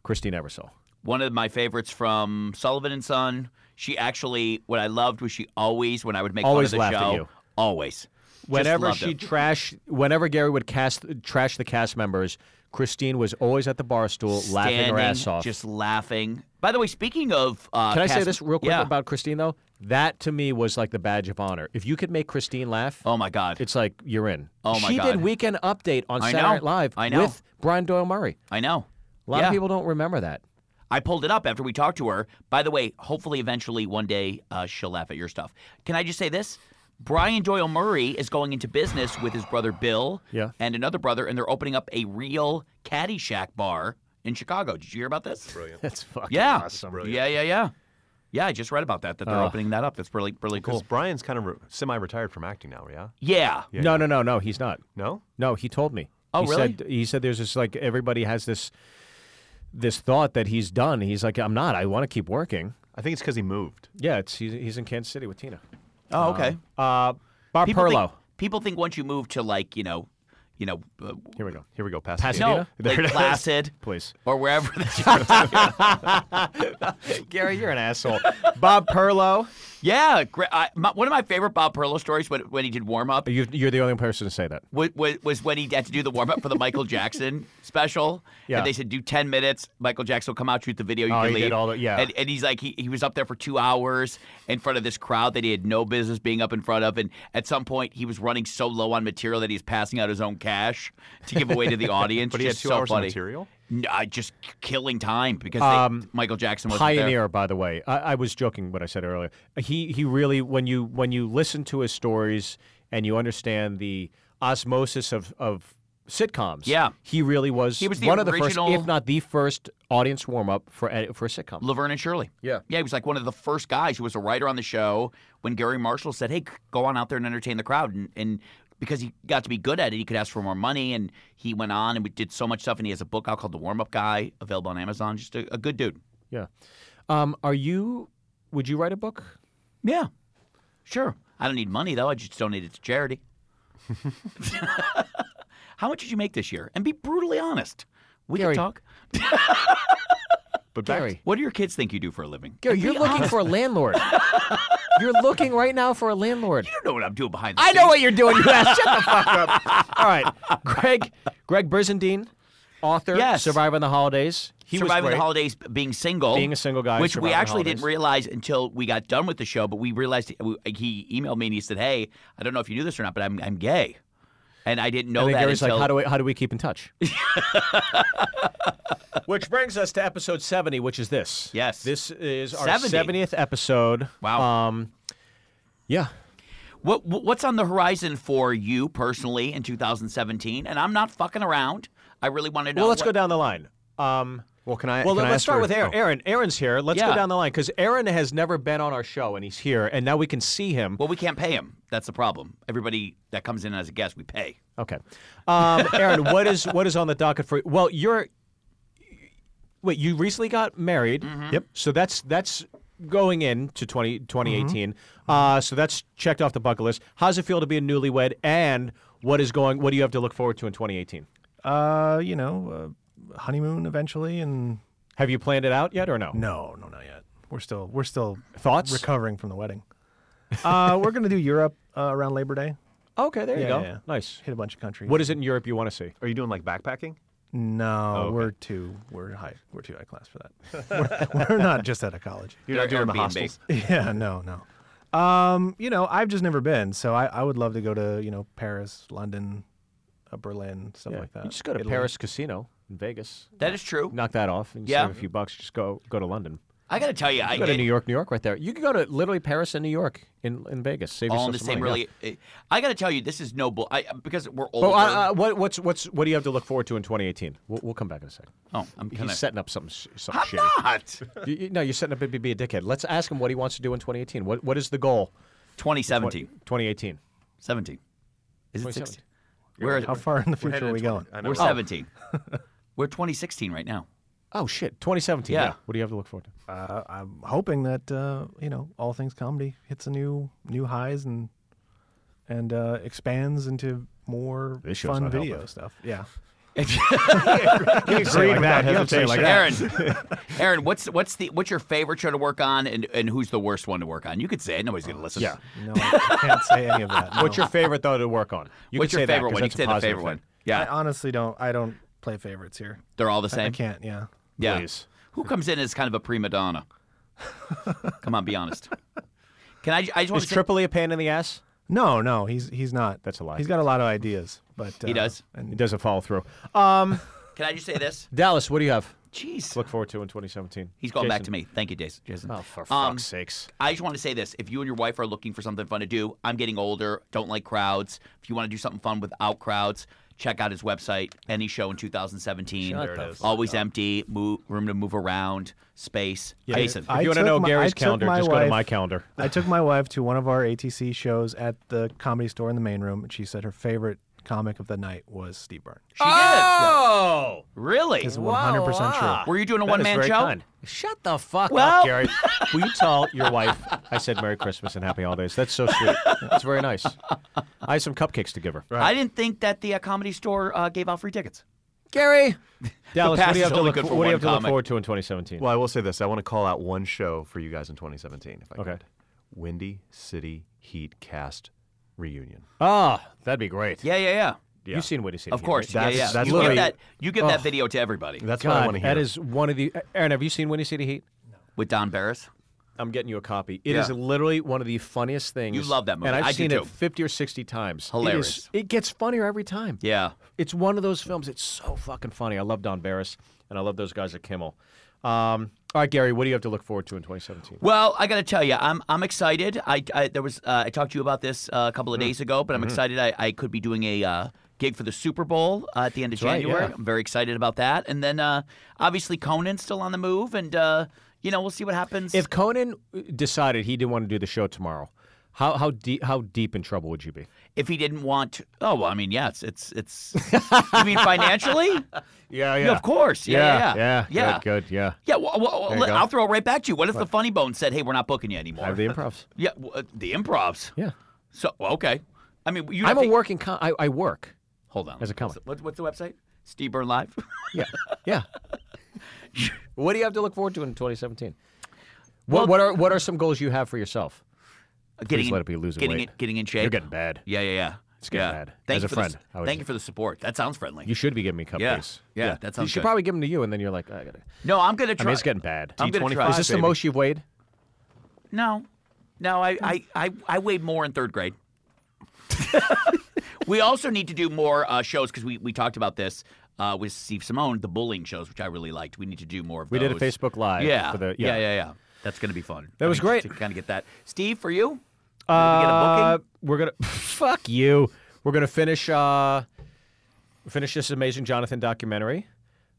Speaker 2: Christine Ebersole.
Speaker 1: one of my favorites from Sullivan and Son. She actually, what I loved was she always, when I would make
Speaker 2: Always
Speaker 1: fun of
Speaker 2: laughed
Speaker 1: the
Speaker 2: at
Speaker 1: show,
Speaker 2: you.
Speaker 1: always. Just
Speaker 2: whenever
Speaker 1: loved
Speaker 2: she
Speaker 1: it.
Speaker 2: trash whenever Gary would cast trash the cast members, Christine was always at the bar stool laughing her
Speaker 1: Standing,
Speaker 2: ass off.
Speaker 1: just laughing. By the way, speaking of, uh,
Speaker 2: Can I say
Speaker 1: cast-
Speaker 2: this real quick
Speaker 1: yeah.
Speaker 2: about Christine though? That to me was like the badge of honor. If you could make Christine laugh,
Speaker 1: Oh my God,
Speaker 2: it's like you're in.
Speaker 1: Oh, my
Speaker 2: she
Speaker 1: God.
Speaker 2: did Weekend Update on
Speaker 1: I
Speaker 2: Saturday
Speaker 1: know.
Speaker 2: Night Live
Speaker 1: I know.
Speaker 2: with Brian Doyle Murray.
Speaker 1: I know.
Speaker 2: A lot
Speaker 1: yeah.
Speaker 2: of people don't remember that.
Speaker 1: I pulled it up after we talked to her. By the way, hopefully, eventually, one day, uh, she'll laugh at your stuff. Can I just say this? Brian Doyle Murray is going into business with his brother Bill
Speaker 2: Yeah.
Speaker 1: and another brother, and they're opening up a real Caddyshack bar in Chicago. Did you hear about this?
Speaker 3: Brilliant.
Speaker 2: That's fucking
Speaker 1: Yeah.
Speaker 3: Brilliant.
Speaker 1: Yeah, yeah, yeah. Yeah, I just read about that, that they're opening that up. That's really, really
Speaker 3: Oh. Because
Speaker 1: cool.
Speaker 3: Brian's kind of re- semi-retired from acting now, yeah?
Speaker 1: Yeah.
Speaker 3: Yeah,
Speaker 2: no,
Speaker 3: yeah.
Speaker 2: no, no, no. He's not.
Speaker 3: No?
Speaker 2: No, he told me.
Speaker 1: Oh,
Speaker 2: he
Speaker 1: really?
Speaker 2: Said, he said there's this like everybody has this this thought that he's done. He's like, I'm not. I want to keep working.
Speaker 3: I think it's because he moved.
Speaker 2: Yeah, it's he's, he's in Kansas City with Tina.
Speaker 1: Oh, okay.
Speaker 2: Uh, Bob
Speaker 1: people
Speaker 2: Perlow.
Speaker 1: think, people think once you move to like, you know, you know, uh,
Speaker 2: Here we go.
Speaker 3: Here we go, Pasadena.
Speaker 1: no,
Speaker 2: Pasadena?
Speaker 3: *laughs* There
Speaker 1: like
Speaker 3: it is.
Speaker 1: Placid
Speaker 2: Please.
Speaker 1: or wherever *laughs* that you're
Speaker 2: Gary, you're an asshole. *laughs* Bob Perlow.
Speaker 1: Yeah, gra- I, my, one of my favorite Bob Perlow stories when, when he did warm up
Speaker 2: you you're the only person to say that.
Speaker 1: was, was when he had to do the warm up for the Michael
Speaker 2: *laughs*
Speaker 1: Jackson special.
Speaker 2: Yeah.
Speaker 1: And they said, do 10 minutes. Michael Jackson will come out, shoot the video. You
Speaker 2: Oh,
Speaker 1: can
Speaker 2: he
Speaker 1: leave.
Speaker 2: did all the- yeah.
Speaker 1: And, and he's like, he, he was up there for two hours in front of this crowd that he had no business being up in front of. And at some point, he was running so low on material that he's passing out his own cash to give away to
Speaker 2: *laughs*
Speaker 1: the audience.
Speaker 3: But he had
Speaker 1: Just
Speaker 3: two
Speaker 1: so
Speaker 3: hours of
Speaker 1: funny.
Speaker 3: material?
Speaker 1: No, I- just k- killing time because they-
Speaker 2: Um,
Speaker 1: Michael Jackson was
Speaker 2: Pioneer, by the way. I, I was joking what I said earlier. He he really when you when you listen to his stories and you understand the osmosis of of sitcoms.
Speaker 1: Yeah.
Speaker 2: he really was.
Speaker 1: He was the
Speaker 2: one of the first,
Speaker 1: original-
Speaker 2: if not the first, audience warm up for a- for a sitcom.
Speaker 1: Laverne and Shirley.
Speaker 2: Yeah.
Speaker 1: Yeah, he was like one of the first guys who was a writer on the show when Gary Marshall said, hey, c- go on out there and entertain the crowd. And, and because he got to be good at it, he could ask for more money. And he went on and we did so much stuff. And he has a book out called The Warm Up Guy, available on Amazon. Just a, a good dude.
Speaker 2: yeah. Um, are you? Would you write a book?
Speaker 1: Yeah, sure. I don't need money, though. I just donate it to charity. *laughs* How much did you make this year? And be brutally honest. We
Speaker 2: Gary.
Speaker 1: can talk.
Speaker 3: But back,
Speaker 2: Gary.
Speaker 1: What do your kids think you do for a living?
Speaker 2: Gary,
Speaker 1: And
Speaker 2: you're
Speaker 1: be
Speaker 2: looking
Speaker 1: honest.
Speaker 2: for
Speaker 1: *laughs*
Speaker 2: a landlord. you're looking right now for a landlord.
Speaker 1: I don't know what I'm doing behind the
Speaker 2: I
Speaker 1: scenes.
Speaker 2: know what you're doing. You ass. Shut the
Speaker 1: *laughs*
Speaker 2: fuck up. All right, Greg. Greg Brizendine, author,
Speaker 1: Yes.
Speaker 2: surviving the holidays. He was
Speaker 1: surviving the
Speaker 2: great.
Speaker 1: holidays b- being single
Speaker 2: Being a single guy,
Speaker 1: which we
Speaker 2: surviving the
Speaker 1: actually didn't
Speaker 2: holidays.
Speaker 1: realize until we got done with the show but we realized uh, we- he emailed me and he said hey i don't know if you knew this or not but i'm, I'm gay and i didn't know
Speaker 2: And then
Speaker 1: that
Speaker 2: Gary's
Speaker 1: until
Speaker 2: like, how do we how do we keep
Speaker 1: *laughs*
Speaker 2: in touch? which brings us to episode seventy, which is this.
Speaker 1: Yes.
Speaker 2: this is our
Speaker 1: 70.
Speaker 2: seventieth episode.
Speaker 1: Wow.
Speaker 2: Um, yeah.
Speaker 1: what, what- what's on the horizon for you personally in 2017 and i'm not fucking around i really want to know
Speaker 2: Well, let's
Speaker 1: what-
Speaker 2: go down the line. Um,
Speaker 3: Well, can I
Speaker 2: well,
Speaker 3: can I
Speaker 2: let's
Speaker 3: ask
Speaker 2: start
Speaker 3: for-
Speaker 2: with Aaron.
Speaker 3: oh.
Speaker 2: Aaron, Aaron's here. Let's
Speaker 1: Yeah.
Speaker 2: go down the line because Aaron has never been on our show, and he's here, and now we can see him.
Speaker 1: well we can't pay him that's the problem everybody that comes in as a guest we pay
Speaker 2: Okay, um, Aaron, what is what is on the docket for? Well, you're wait, you recently got married. Yep. So that's that's going into 20, 2018. Uh, so that's checked off the bucket list. How's it feel to be a newlywed, and what is going? What do you have to look forward to in twenty eighteen?
Speaker 5: Uh, you know, uh, honeymoon eventually, and
Speaker 2: Have you planned it out yet, or no?
Speaker 5: no, no, not yet. We're still, we're still
Speaker 2: Thoughts?
Speaker 5: recovering from the wedding. Uh, we're gonna do Europe uh, around Labor Day.
Speaker 2: Okay, there you
Speaker 5: Yeah,
Speaker 2: go.
Speaker 5: yeah, yeah.
Speaker 2: Nice.
Speaker 5: Hit a bunch of countries.
Speaker 2: What Oh, is it in Europe you want to see?
Speaker 3: Are you doing like backpacking?
Speaker 5: No, we're too, we're high, we're too high class for that. *laughs* we're, we're not just out of college.
Speaker 3: You're
Speaker 1: They're
Speaker 3: not doing the
Speaker 1: Airbnb.
Speaker 3: hostels?
Speaker 5: Yeah, no, no. Um, you know, I've just never been, so I, I would love to go to you know Paris, London, uh, Berlin, stuff like that.
Speaker 2: You just go to
Speaker 5: Italy.
Speaker 2: Paris Casino in Vegas.
Speaker 1: that is true
Speaker 2: Knock that off and
Speaker 1: Yeah.
Speaker 2: save a few bucks. Just go go to London.
Speaker 1: i gotta tell you i
Speaker 2: go to
Speaker 1: it-
Speaker 2: New York, New York, right there. You can go to literally Paris and New York in, in Vegas. Save
Speaker 1: all
Speaker 2: yourself
Speaker 1: in the
Speaker 2: some
Speaker 1: same
Speaker 2: money, yeah.
Speaker 1: really i gotta tell you this is no bull I, because we're older
Speaker 2: But uh, uh, what, what's what's what do you have to look forward to in 2018? We'll, we'll come back in a second.
Speaker 1: oh i'm
Speaker 2: He's
Speaker 1: kind of
Speaker 2: setting up something sh- something
Speaker 1: I'm
Speaker 2: shitty.
Speaker 1: not
Speaker 2: You, you- no, you're setting up to be a dickhead. Let's ask him what he wants to do in 2018. What what is the goal?
Speaker 1: 2017
Speaker 2: 2018
Speaker 1: 17. Is it
Speaker 2: 27?
Speaker 1: 16? We're,
Speaker 5: How far in the future are we going?
Speaker 3: I know.
Speaker 1: we're
Speaker 2: *laughs*
Speaker 1: 17. we're 2016 right now.
Speaker 2: Oh shit, 2017.
Speaker 1: Yeah.
Speaker 2: yeah. What do you have to look forward
Speaker 1: *laughs*
Speaker 2: to?
Speaker 5: uh, I'm hoping that uh, you know all things comedy hits a new new highs and and uh, expands into more
Speaker 2: This show's
Speaker 5: fun
Speaker 2: not
Speaker 5: video
Speaker 2: helping.
Speaker 5: stuff. Yeah,
Speaker 3: You agree
Speaker 5: like that. You don't say it like
Speaker 1: Aaron,
Speaker 2: *laughs*
Speaker 1: Aaron, what's what's the what's your favorite show to work on, and, and who's the worst one to work on? You could say it. Nobody's gonna listen.
Speaker 2: yeah.
Speaker 5: no, I can't say any of that.
Speaker 2: *laughs*
Speaker 5: no.
Speaker 2: What's your favorite though to work on? You
Speaker 1: What's
Speaker 2: can
Speaker 1: your
Speaker 2: say that,
Speaker 1: favorite
Speaker 2: 'cause
Speaker 1: one? You
Speaker 2: that's
Speaker 1: can
Speaker 2: a
Speaker 1: say the
Speaker 2: positive
Speaker 1: favorite
Speaker 2: thing.
Speaker 1: one.
Speaker 5: I
Speaker 1: Yeah,
Speaker 5: honestly don't. I don't play favorites here.
Speaker 1: they're all the
Speaker 5: I
Speaker 1: same.
Speaker 5: can't. Yeah,
Speaker 1: yeah.
Speaker 2: Please.
Speaker 1: Who comes in as kind of a prima
Speaker 2: *laughs*
Speaker 1: donna? Come on, be honest. Can I? I just want
Speaker 2: Is
Speaker 1: to say,
Speaker 2: Tripoli a pain in the ass?
Speaker 5: No, no, he's he's not.
Speaker 2: That's a lie.
Speaker 5: He's got a lot of ideas, but uh,
Speaker 1: He
Speaker 2: *laughs*
Speaker 1: does.
Speaker 2: It
Speaker 5: And
Speaker 2: doesn't follow through. Um,
Speaker 1: can I just say this?
Speaker 2: Dallas, what do you have?
Speaker 1: Jeez,
Speaker 2: Look forward to in 2017.
Speaker 1: he's going back to
Speaker 2: Jason.
Speaker 1: me. Thank you, Jason. Jason.
Speaker 2: Oh, for fuck's
Speaker 1: Um,
Speaker 2: sakes!
Speaker 1: I just want to say this: if you and your wife are looking for something fun to do, I'm getting older, don't like crowds. If you want to do something fun without crowds, check out his website. Any show in 2017,
Speaker 2: Shut There it the is. fuck
Speaker 1: always empty, move, room to move around, space. Jason,
Speaker 2: If
Speaker 5: I
Speaker 2: you want to
Speaker 5: took
Speaker 2: know
Speaker 5: my- I
Speaker 2: Gary's
Speaker 5: took
Speaker 2: calendar,
Speaker 5: my
Speaker 2: just go to
Speaker 5: wife-
Speaker 2: my calendar.
Speaker 5: I took my wife to one of our ATC shows at the comedy store in the main room, and she said her favorite comic of the night was Steve Byrne.
Speaker 1: she did.
Speaker 2: Oh,
Speaker 1: Really?
Speaker 5: It's 100%
Speaker 2: wow.
Speaker 5: true.
Speaker 1: Were you doing a
Speaker 2: That is
Speaker 1: one man
Speaker 2: very
Speaker 1: show?
Speaker 2: kind. Shut the fuck
Speaker 1: Well- *laughs*
Speaker 2: up, Gary. Will you tell your wife I said Merry Christmas and Happy Holidays? That's so sweet. That's very nice. I have some cupcakes to give her.
Speaker 1: I didn't think that the uh, comedy store uh, gave out free tickets.
Speaker 2: Gary, Dallas,
Speaker 1: pass
Speaker 2: what do you
Speaker 1: is
Speaker 2: have to
Speaker 1: only
Speaker 2: look,
Speaker 1: good for
Speaker 2: what do
Speaker 1: one
Speaker 2: you have to
Speaker 1: comic.
Speaker 2: look forward to in 2017?
Speaker 3: Well, I will say this. I want to call out one show for you guys in 2017, if I
Speaker 2: Okay.
Speaker 3: could. Windy City Heat Cast reunion.
Speaker 2: Ah, that'd be great.
Speaker 1: Yeah, yeah, yeah.
Speaker 3: Yeah.
Speaker 2: You've seen what he's seen.
Speaker 1: Of course,
Speaker 3: That's-
Speaker 1: yeah, yeah.
Speaker 3: that's
Speaker 1: you
Speaker 3: literally-
Speaker 1: give that, you give that video to everybody
Speaker 3: That's what I
Speaker 2: God,
Speaker 3: want to hear.
Speaker 2: that is one of the. Aaron, have you seen Windy City Heat?
Speaker 1: with Don Barris.
Speaker 2: I'm getting you a copy. It is
Speaker 1: Yeah.
Speaker 2: literally one of the funniest things.
Speaker 1: You love that movie.
Speaker 2: And I've
Speaker 1: I do
Speaker 2: seen
Speaker 1: too.
Speaker 2: it 50 or 60 times. It is-
Speaker 1: Hilarious.
Speaker 2: It, gets funnier every time.
Speaker 1: Yeah.
Speaker 2: It's one of those films. It's so fucking funny. I love Don Barris, and I love those guys at Kimmel. Um, all right, Gary, what do you have to look forward to in 2017?
Speaker 1: Well, I got to tell you, I'm I'm excited. I, I there was uh, I talked to you about this uh, a couple
Speaker 2: Mm-hmm.
Speaker 1: of days ago, but I'm excited. I, I could be doing a uh, gig for the Super Bowl uh, at the end of
Speaker 2: right,
Speaker 1: January.
Speaker 2: yeah.
Speaker 1: I'm very excited about that. And then uh, obviously Conan's still on the move, and uh, you know we'll see what happens.
Speaker 2: If Conan uh, decided he didn't want to do the show tomorrow, how how deep how deep in trouble would you be?
Speaker 1: if he didn't want, oh, well, I mean, yes, it's it's.
Speaker 2: *laughs*
Speaker 1: you mean financially?
Speaker 2: Yeah,
Speaker 1: Of course. Yeah, yeah,
Speaker 2: yeah,
Speaker 1: yeah.
Speaker 2: Good, good, yeah.
Speaker 1: Yeah, well, well,
Speaker 2: you
Speaker 1: let-
Speaker 2: go.
Speaker 1: I'll throw it right back to you. What if the Funny Bone said, "Hey, we're not booking you anymore"?
Speaker 2: I *laughs* have the improvs.
Speaker 1: yeah, w- uh, the improvs.
Speaker 2: Yeah,
Speaker 1: So well, okay, I mean, you.
Speaker 2: I'm a
Speaker 1: think-
Speaker 2: working. Con- I, I work.
Speaker 1: Hold on.
Speaker 2: as a comic.
Speaker 1: What, what's the website? Steve Burn Live. *laughs*
Speaker 2: Yeah, yeah. *laughs* what do you have to look forward to in 2017? What
Speaker 1: Well-
Speaker 2: what are what are some goals you have for yourself?
Speaker 1: getting
Speaker 2: let it be losing
Speaker 1: getting
Speaker 2: weight.
Speaker 1: In, getting in shape.
Speaker 2: You're getting bad.
Speaker 1: Yeah, yeah, yeah.
Speaker 2: It's getting
Speaker 1: yeah.
Speaker 2: bad.
Speaker 1: Thank
Speaker 2: As
Speaker 1: you
Speaker 2: a
Speaker 1: for the s-
Speaker 2: friend, I would
Speaker 1: thank
Speaker 2: say.
Speaker 1: you for the support. That sounds friendly.
Speaker 2: You should be giving me cupcakes.
Speaker 1: Yeah. Yeah, that
Speaker 2: You
Speaker 1: sounds
Speaker 2: should
Speaker 1: good.
Speaker 2: probably give them to you, and then you're like, "Oh, I gotta.
Speaker 1: no, I'm gonna
Speaker 2: I
Speaker 1: try.
Speaker 2: mean, it's getting bad.
Speaker 1: I'm gonna
Speaker 3: T25.
Speaker 1: try.
Speaker 2: Is this the
Speaker 3: baby.
Speaker 2: most you've weighed?
Speaker 1: No, no. I, I, I, I weighed more in third
Speaker 2: *laughs*
Speaker 1: grade. we also need to do more uh, shows because we, we talked about this uh, with Steve Simone, the bullying shows, which I really liked. We need to do more of
Speaker 2: We
Speaker 1: those.
Speaker 2: did a Facebook Live.
Speaker 1: Yeah.
Speaker 2: For the,
Speaker 1: yeah, yeah, yeah. That's gonna be fun.
Speaker 2: That was great.
Speaker 1: To kind of get that. Steve, for you.
Speaker 2: Uh,
Speaker 1: Did we get a booking?
Speaker 2: we're gonna *laughs* fuck you. We're gonna finish uh, finish this amazing Jonathan documentary.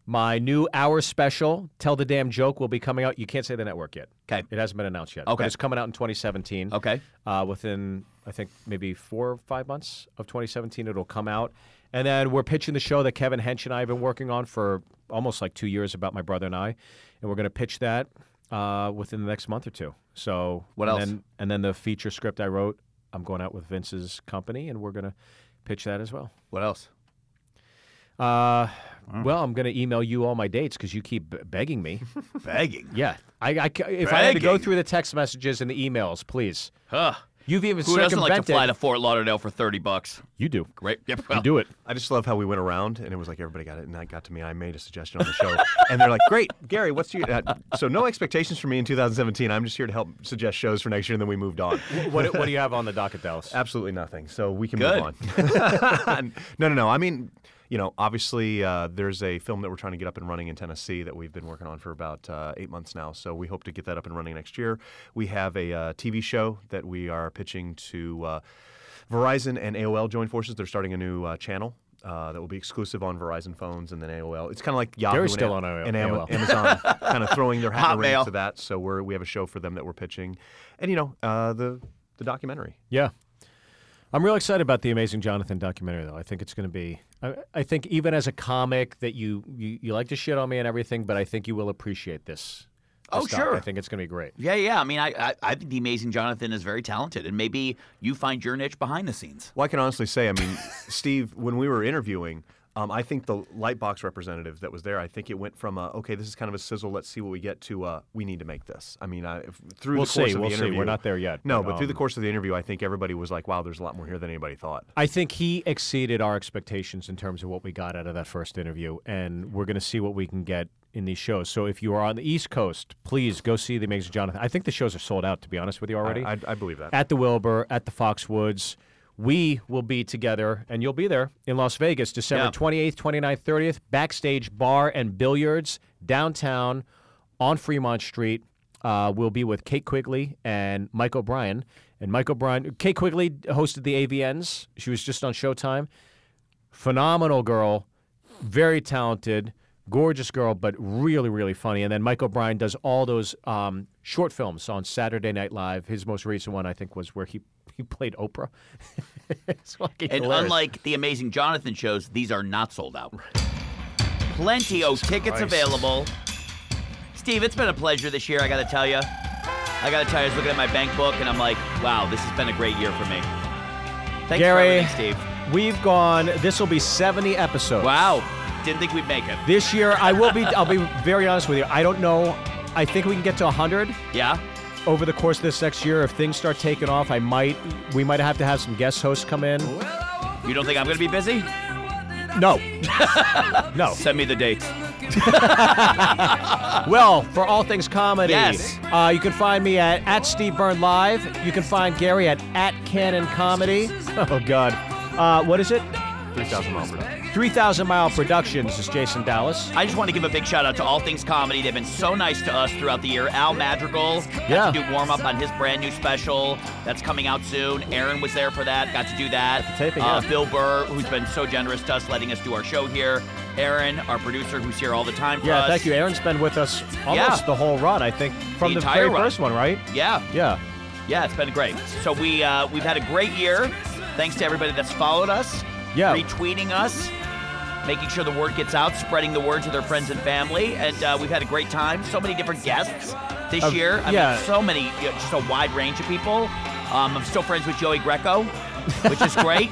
Speaker 2: My new hour special, "Tell the Damn Joke," will be coming out. You can't say the network yet.
Speaker 1: 'Kay.
Speaker 2: It hasn't been announced yet.
Speaker 1: Okay.
Speaker 2: But it's coming out in 2017.
Speaker 1: Okay.
Speaker 2: Uh, within I think maybe four or five months of 2017, it'll come out. And then we're pitching the show that Kevin Hench and I have been working on for almost like two years about my brother and I, and we're gonna pitch that uh, within the next month or two. So
Speaker 1: What
Speaker 2: and
Speaker 1: else?
Speaker 2: then- and then the feature script I wrote, I'm going out with Vince's company, and we're gonna pitch that as well.
Speaker 1: What else?
Speaker 2: Uh,
Speaker 1: Mm.
Speaker 2: Well, I'm gonna email you all my dates because you keep b- begging me.
Speaker 1: *laughs* Begging.
Speaker 2: yeah, I, I ca- if I had to go
Speaker 1: Begging.
Speaker 2: through the text messages and the emails, please.
Speaker 1: Huh.
Speaker 2: You've even
Speaker 1: Who doesn't like to
Speaker 2: circumvented.
Speaker 1: fly to Fort Lauderdale for thirty bucks?
Speaker 2: you do.
Speaker 1: Great. Yep.
Speaker 2: You do it.
Speaker 3: I just love how we went around and it was like everybody got it, and that got to me. I made a suggestion on the show, and they're like, "Great, Gary, what's your?" Uh, so no expectations for me in 2017. I'm just here to help suggest shows for next year, and then we moved on.
Speaker 2: What, do *laughs* you have on the docket, Dallas?
Speaker 3: Absolutely nothing. So we can
Speaker 1: Good.
Speaker 3: move
Speaker 1: *laughs*
Speaker 3: on. *laughs* no, no, no. I mean, you know, obviously uh, there's a film that we're trying to get up and running in Tennessee that we've been working on for about uh, eight months now. So we hope to get that up and running next year. We have a uh, TV show that we are pitching to uh, Verizon and AOL join forces. They're starting a new uh, channel. Uh, that will be exclusive on Verizon phones and then AOL. It's kind of like Yahoo
Speaker 2: Gary's
Speaker 3: and,
Speaker 2: still
Speaker 3: A-
Speaker 2: on AOL.
Speaker 3: and Ama- Amazon, kind of throwing their hat in the ring
Speaker 1: Hotmail.
Speaker 3: to that. So we're we have a show for them that we're pitching, and you know uh, the the documentary.
Speaker 2: Yeah. I'm real excited about the Amazing Jonathan documentary, though. I think it's going to be. I, I think even as a comic, that you, you you like to shit on me and everything, but I think you will appreciate this.
Speaker 1: Oh,
Speaker 2: this doc.
Speaker 1: sure.
Speaker 2: I think it's going to be great.
Speaker 1: Yeah, yeah. I mean, I, I, I think the amazing Jonathan is very talented, and maybe you find your niche behind the scenes.
Speaker 3: *laughs* Well, I can honestly say, I mean, Steve, when we were interviewing, Um, I think the Lightbox representative that was there, I think it went from uh, okay, this is kind of a sizzle, let's see what we get to uh, we need to make this. I mean, I, if, through
Speaker 2: We'll
Speaker 3: the course
Speaker 2: see,
Speaker 3: of
Speaker 2: we'll
Speaker 3: the
Speaker 2: see.
Speaker 3: interview,
Speaker 2: We're not there yet,
Speaker 3: No,
Speaker 2: but,
Speaker 3: but through the
Speaker 2: um,
Speaker 3: course of the interview, I think everybody was like, wow, there's a lot more here than anybody thought.
Speaker 2: I think he exceeded our expectations in terms of what we got out of that first interview, and we're going to see what we can get in these shows. So if you are on the East Coast, please go see The Amazing Jonathan. I think the shows are sold out, to be honest with you already.
Speaker 3: I, I believe that.
Speaker 2: At the Wilbur, at the Foxwoods. We will be together, and you'll be there in Las Vegas, December
Speaker 1: Yeah.
Speaker 2: 28th, 29th, 30th, backstage bar and billiards downtown on Fremont Street. Uh, we'll be with Kate Quigley and Mike O'Brien. And Mike O'Brien, Kate Quigley hosted the AVNs. She was just on Showtime phenomenal girl, very talented, gorgeous girl, but really, really funny. And then Mike O'Brien does all those um, short films on Saturday Night Live. His most recent one, I think, was where he, he played Oprah. *laughs* it's fucking
Speaker 1: And
Speaker 2: hilarious.
Speaker 1: unlike the Amazing Jonathan shows, these are not sold out. Plenty of tickets available. Steve, it's been a pleasure this year, I gotta tell you. I gotta tell you, I was looking at my bank book and I'm like, wow, this has been a great year for me. Thanks for
Speaker 2: Gary,
Speaker 1: everything, Steve.
Speaker 2: we've gone. This will be seventy episodes.
Speaker 1: Wow, didn't think we'd make it.
Speaker 2: This year, I will be. I'll be very honest with you. I don't know. I think we can get to hundred.
Speaker 1: Yeah?
Speaker 2: over the course of this next year, if things start taking off, I might we might have to have some guest hosts come in.
Speaker 1: You don't think I'm gonna be busy?
Speaker 2: No. *laughs* no.
Speaker 1: Send me the dates.
Speaker 2: Well, for all things comedy,
Speaker 1: Yes.
Speaker 2: uh, you can find me at, at Steve Byrne Live. You can find Gary at, at Canon Comedy. *laughs* Oh, God. Uh, what is it?
Speaker 3: 3,000 mile per hour.
Speaker 2: 3,000 Mile Productions is Jason Dallas.
Speaker 1: I just want to give a big shout out to All Things Comedy. They've been so nice to us throughout the year. Al Madrigal
Speaker 2: Yeah.
Speaker 1: got to do warm up on his brand new special that's coming out soon. Aaron was there for that, got to do that.
Speaker 2: the taping,
Speaker 1: uh,
Speaker 2: yeah.
Speaker 1: Bill Burr, who's been so generous to us, letting us do our show here. Aaron, our producer, who's here all the time for
Speaker 2: Yeah,
Speaker 1: us.
Speaker 2: thank you. Aaron's been with us almost
Speaker 1: Yeah.
Speaker 2: the whole run, I think, from
Speaker 1: The
Speaker 2: the,
Speaker 1: entire
Speaker 2: very
Speaker 1: run.
Speaker 2: first one, right?
Speaker 1: Yeah,
Speaker 2: Yeah.
Speaker 1: yeah, it's been great. So we uh, we've had a great year. Thanks to everybody that's followed us,
Speaker 2: Yeah.
Speaker 1: retweeting us, making sure the word gets out, spreading the word to their friends and family, and uh, we've had a great time. So many different guests this
Speaker 2: Uh,
Speaker 1: year. I
Speaker 2: yeah.
Speaker 1: mean, so many, you know, just a wide range of people. Um, I'm still friends with Joey Greco, which is
Speaker 2: *laughs*
Speaker 1: great.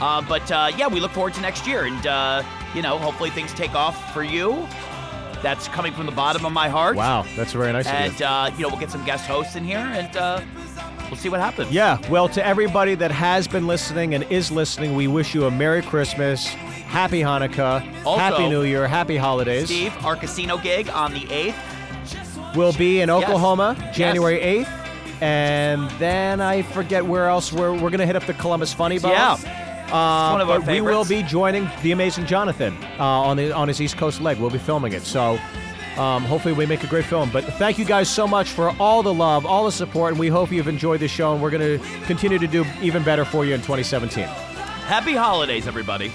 Speaker 1: uh, but uh, yeah, we look forward to next year, and uh, you know, hopefully things take off for you. That's coming from the bottom of my heart.
Speaker 2: Wow, that's very nice of you.
Speaker 1: And uh, you know, we'll get some guest hosts in here, and uh, we'll see what happens.
Speaker 2: Yeah, well, to everybody that has been listening and is listening, we wish you a Merry Christmas, Happy Hanukkah,
Speaker 1: Also-
Speaker 2: Happy New Year, Happy Holidays.
Speaker 1: Steve, our casino gig on the eighth.
Speaker 2: We'll be in Oklahoma
Speaker 1: Yes.
Speaker 2: January 8th, and then I forget where else we're, we're going to hit up the Columbus Funny Bone.
Speaker 1: Yeah.
Speaker 2: Uh,
Speaker 1: one of our
Speaker 2: but we will
Speaker 1: favorites.
Speaker 2: be joining the amazing Jonathan uh, on the on his East Coast leg. We'll be filming it, so um, hopefully we make a great film. But thank you guys so much for all the love, all the support, and we hope you've enjoyed the show. And we're going to continue to do even better for you in 2017.
Speaker 1: Happy holidays, everybody.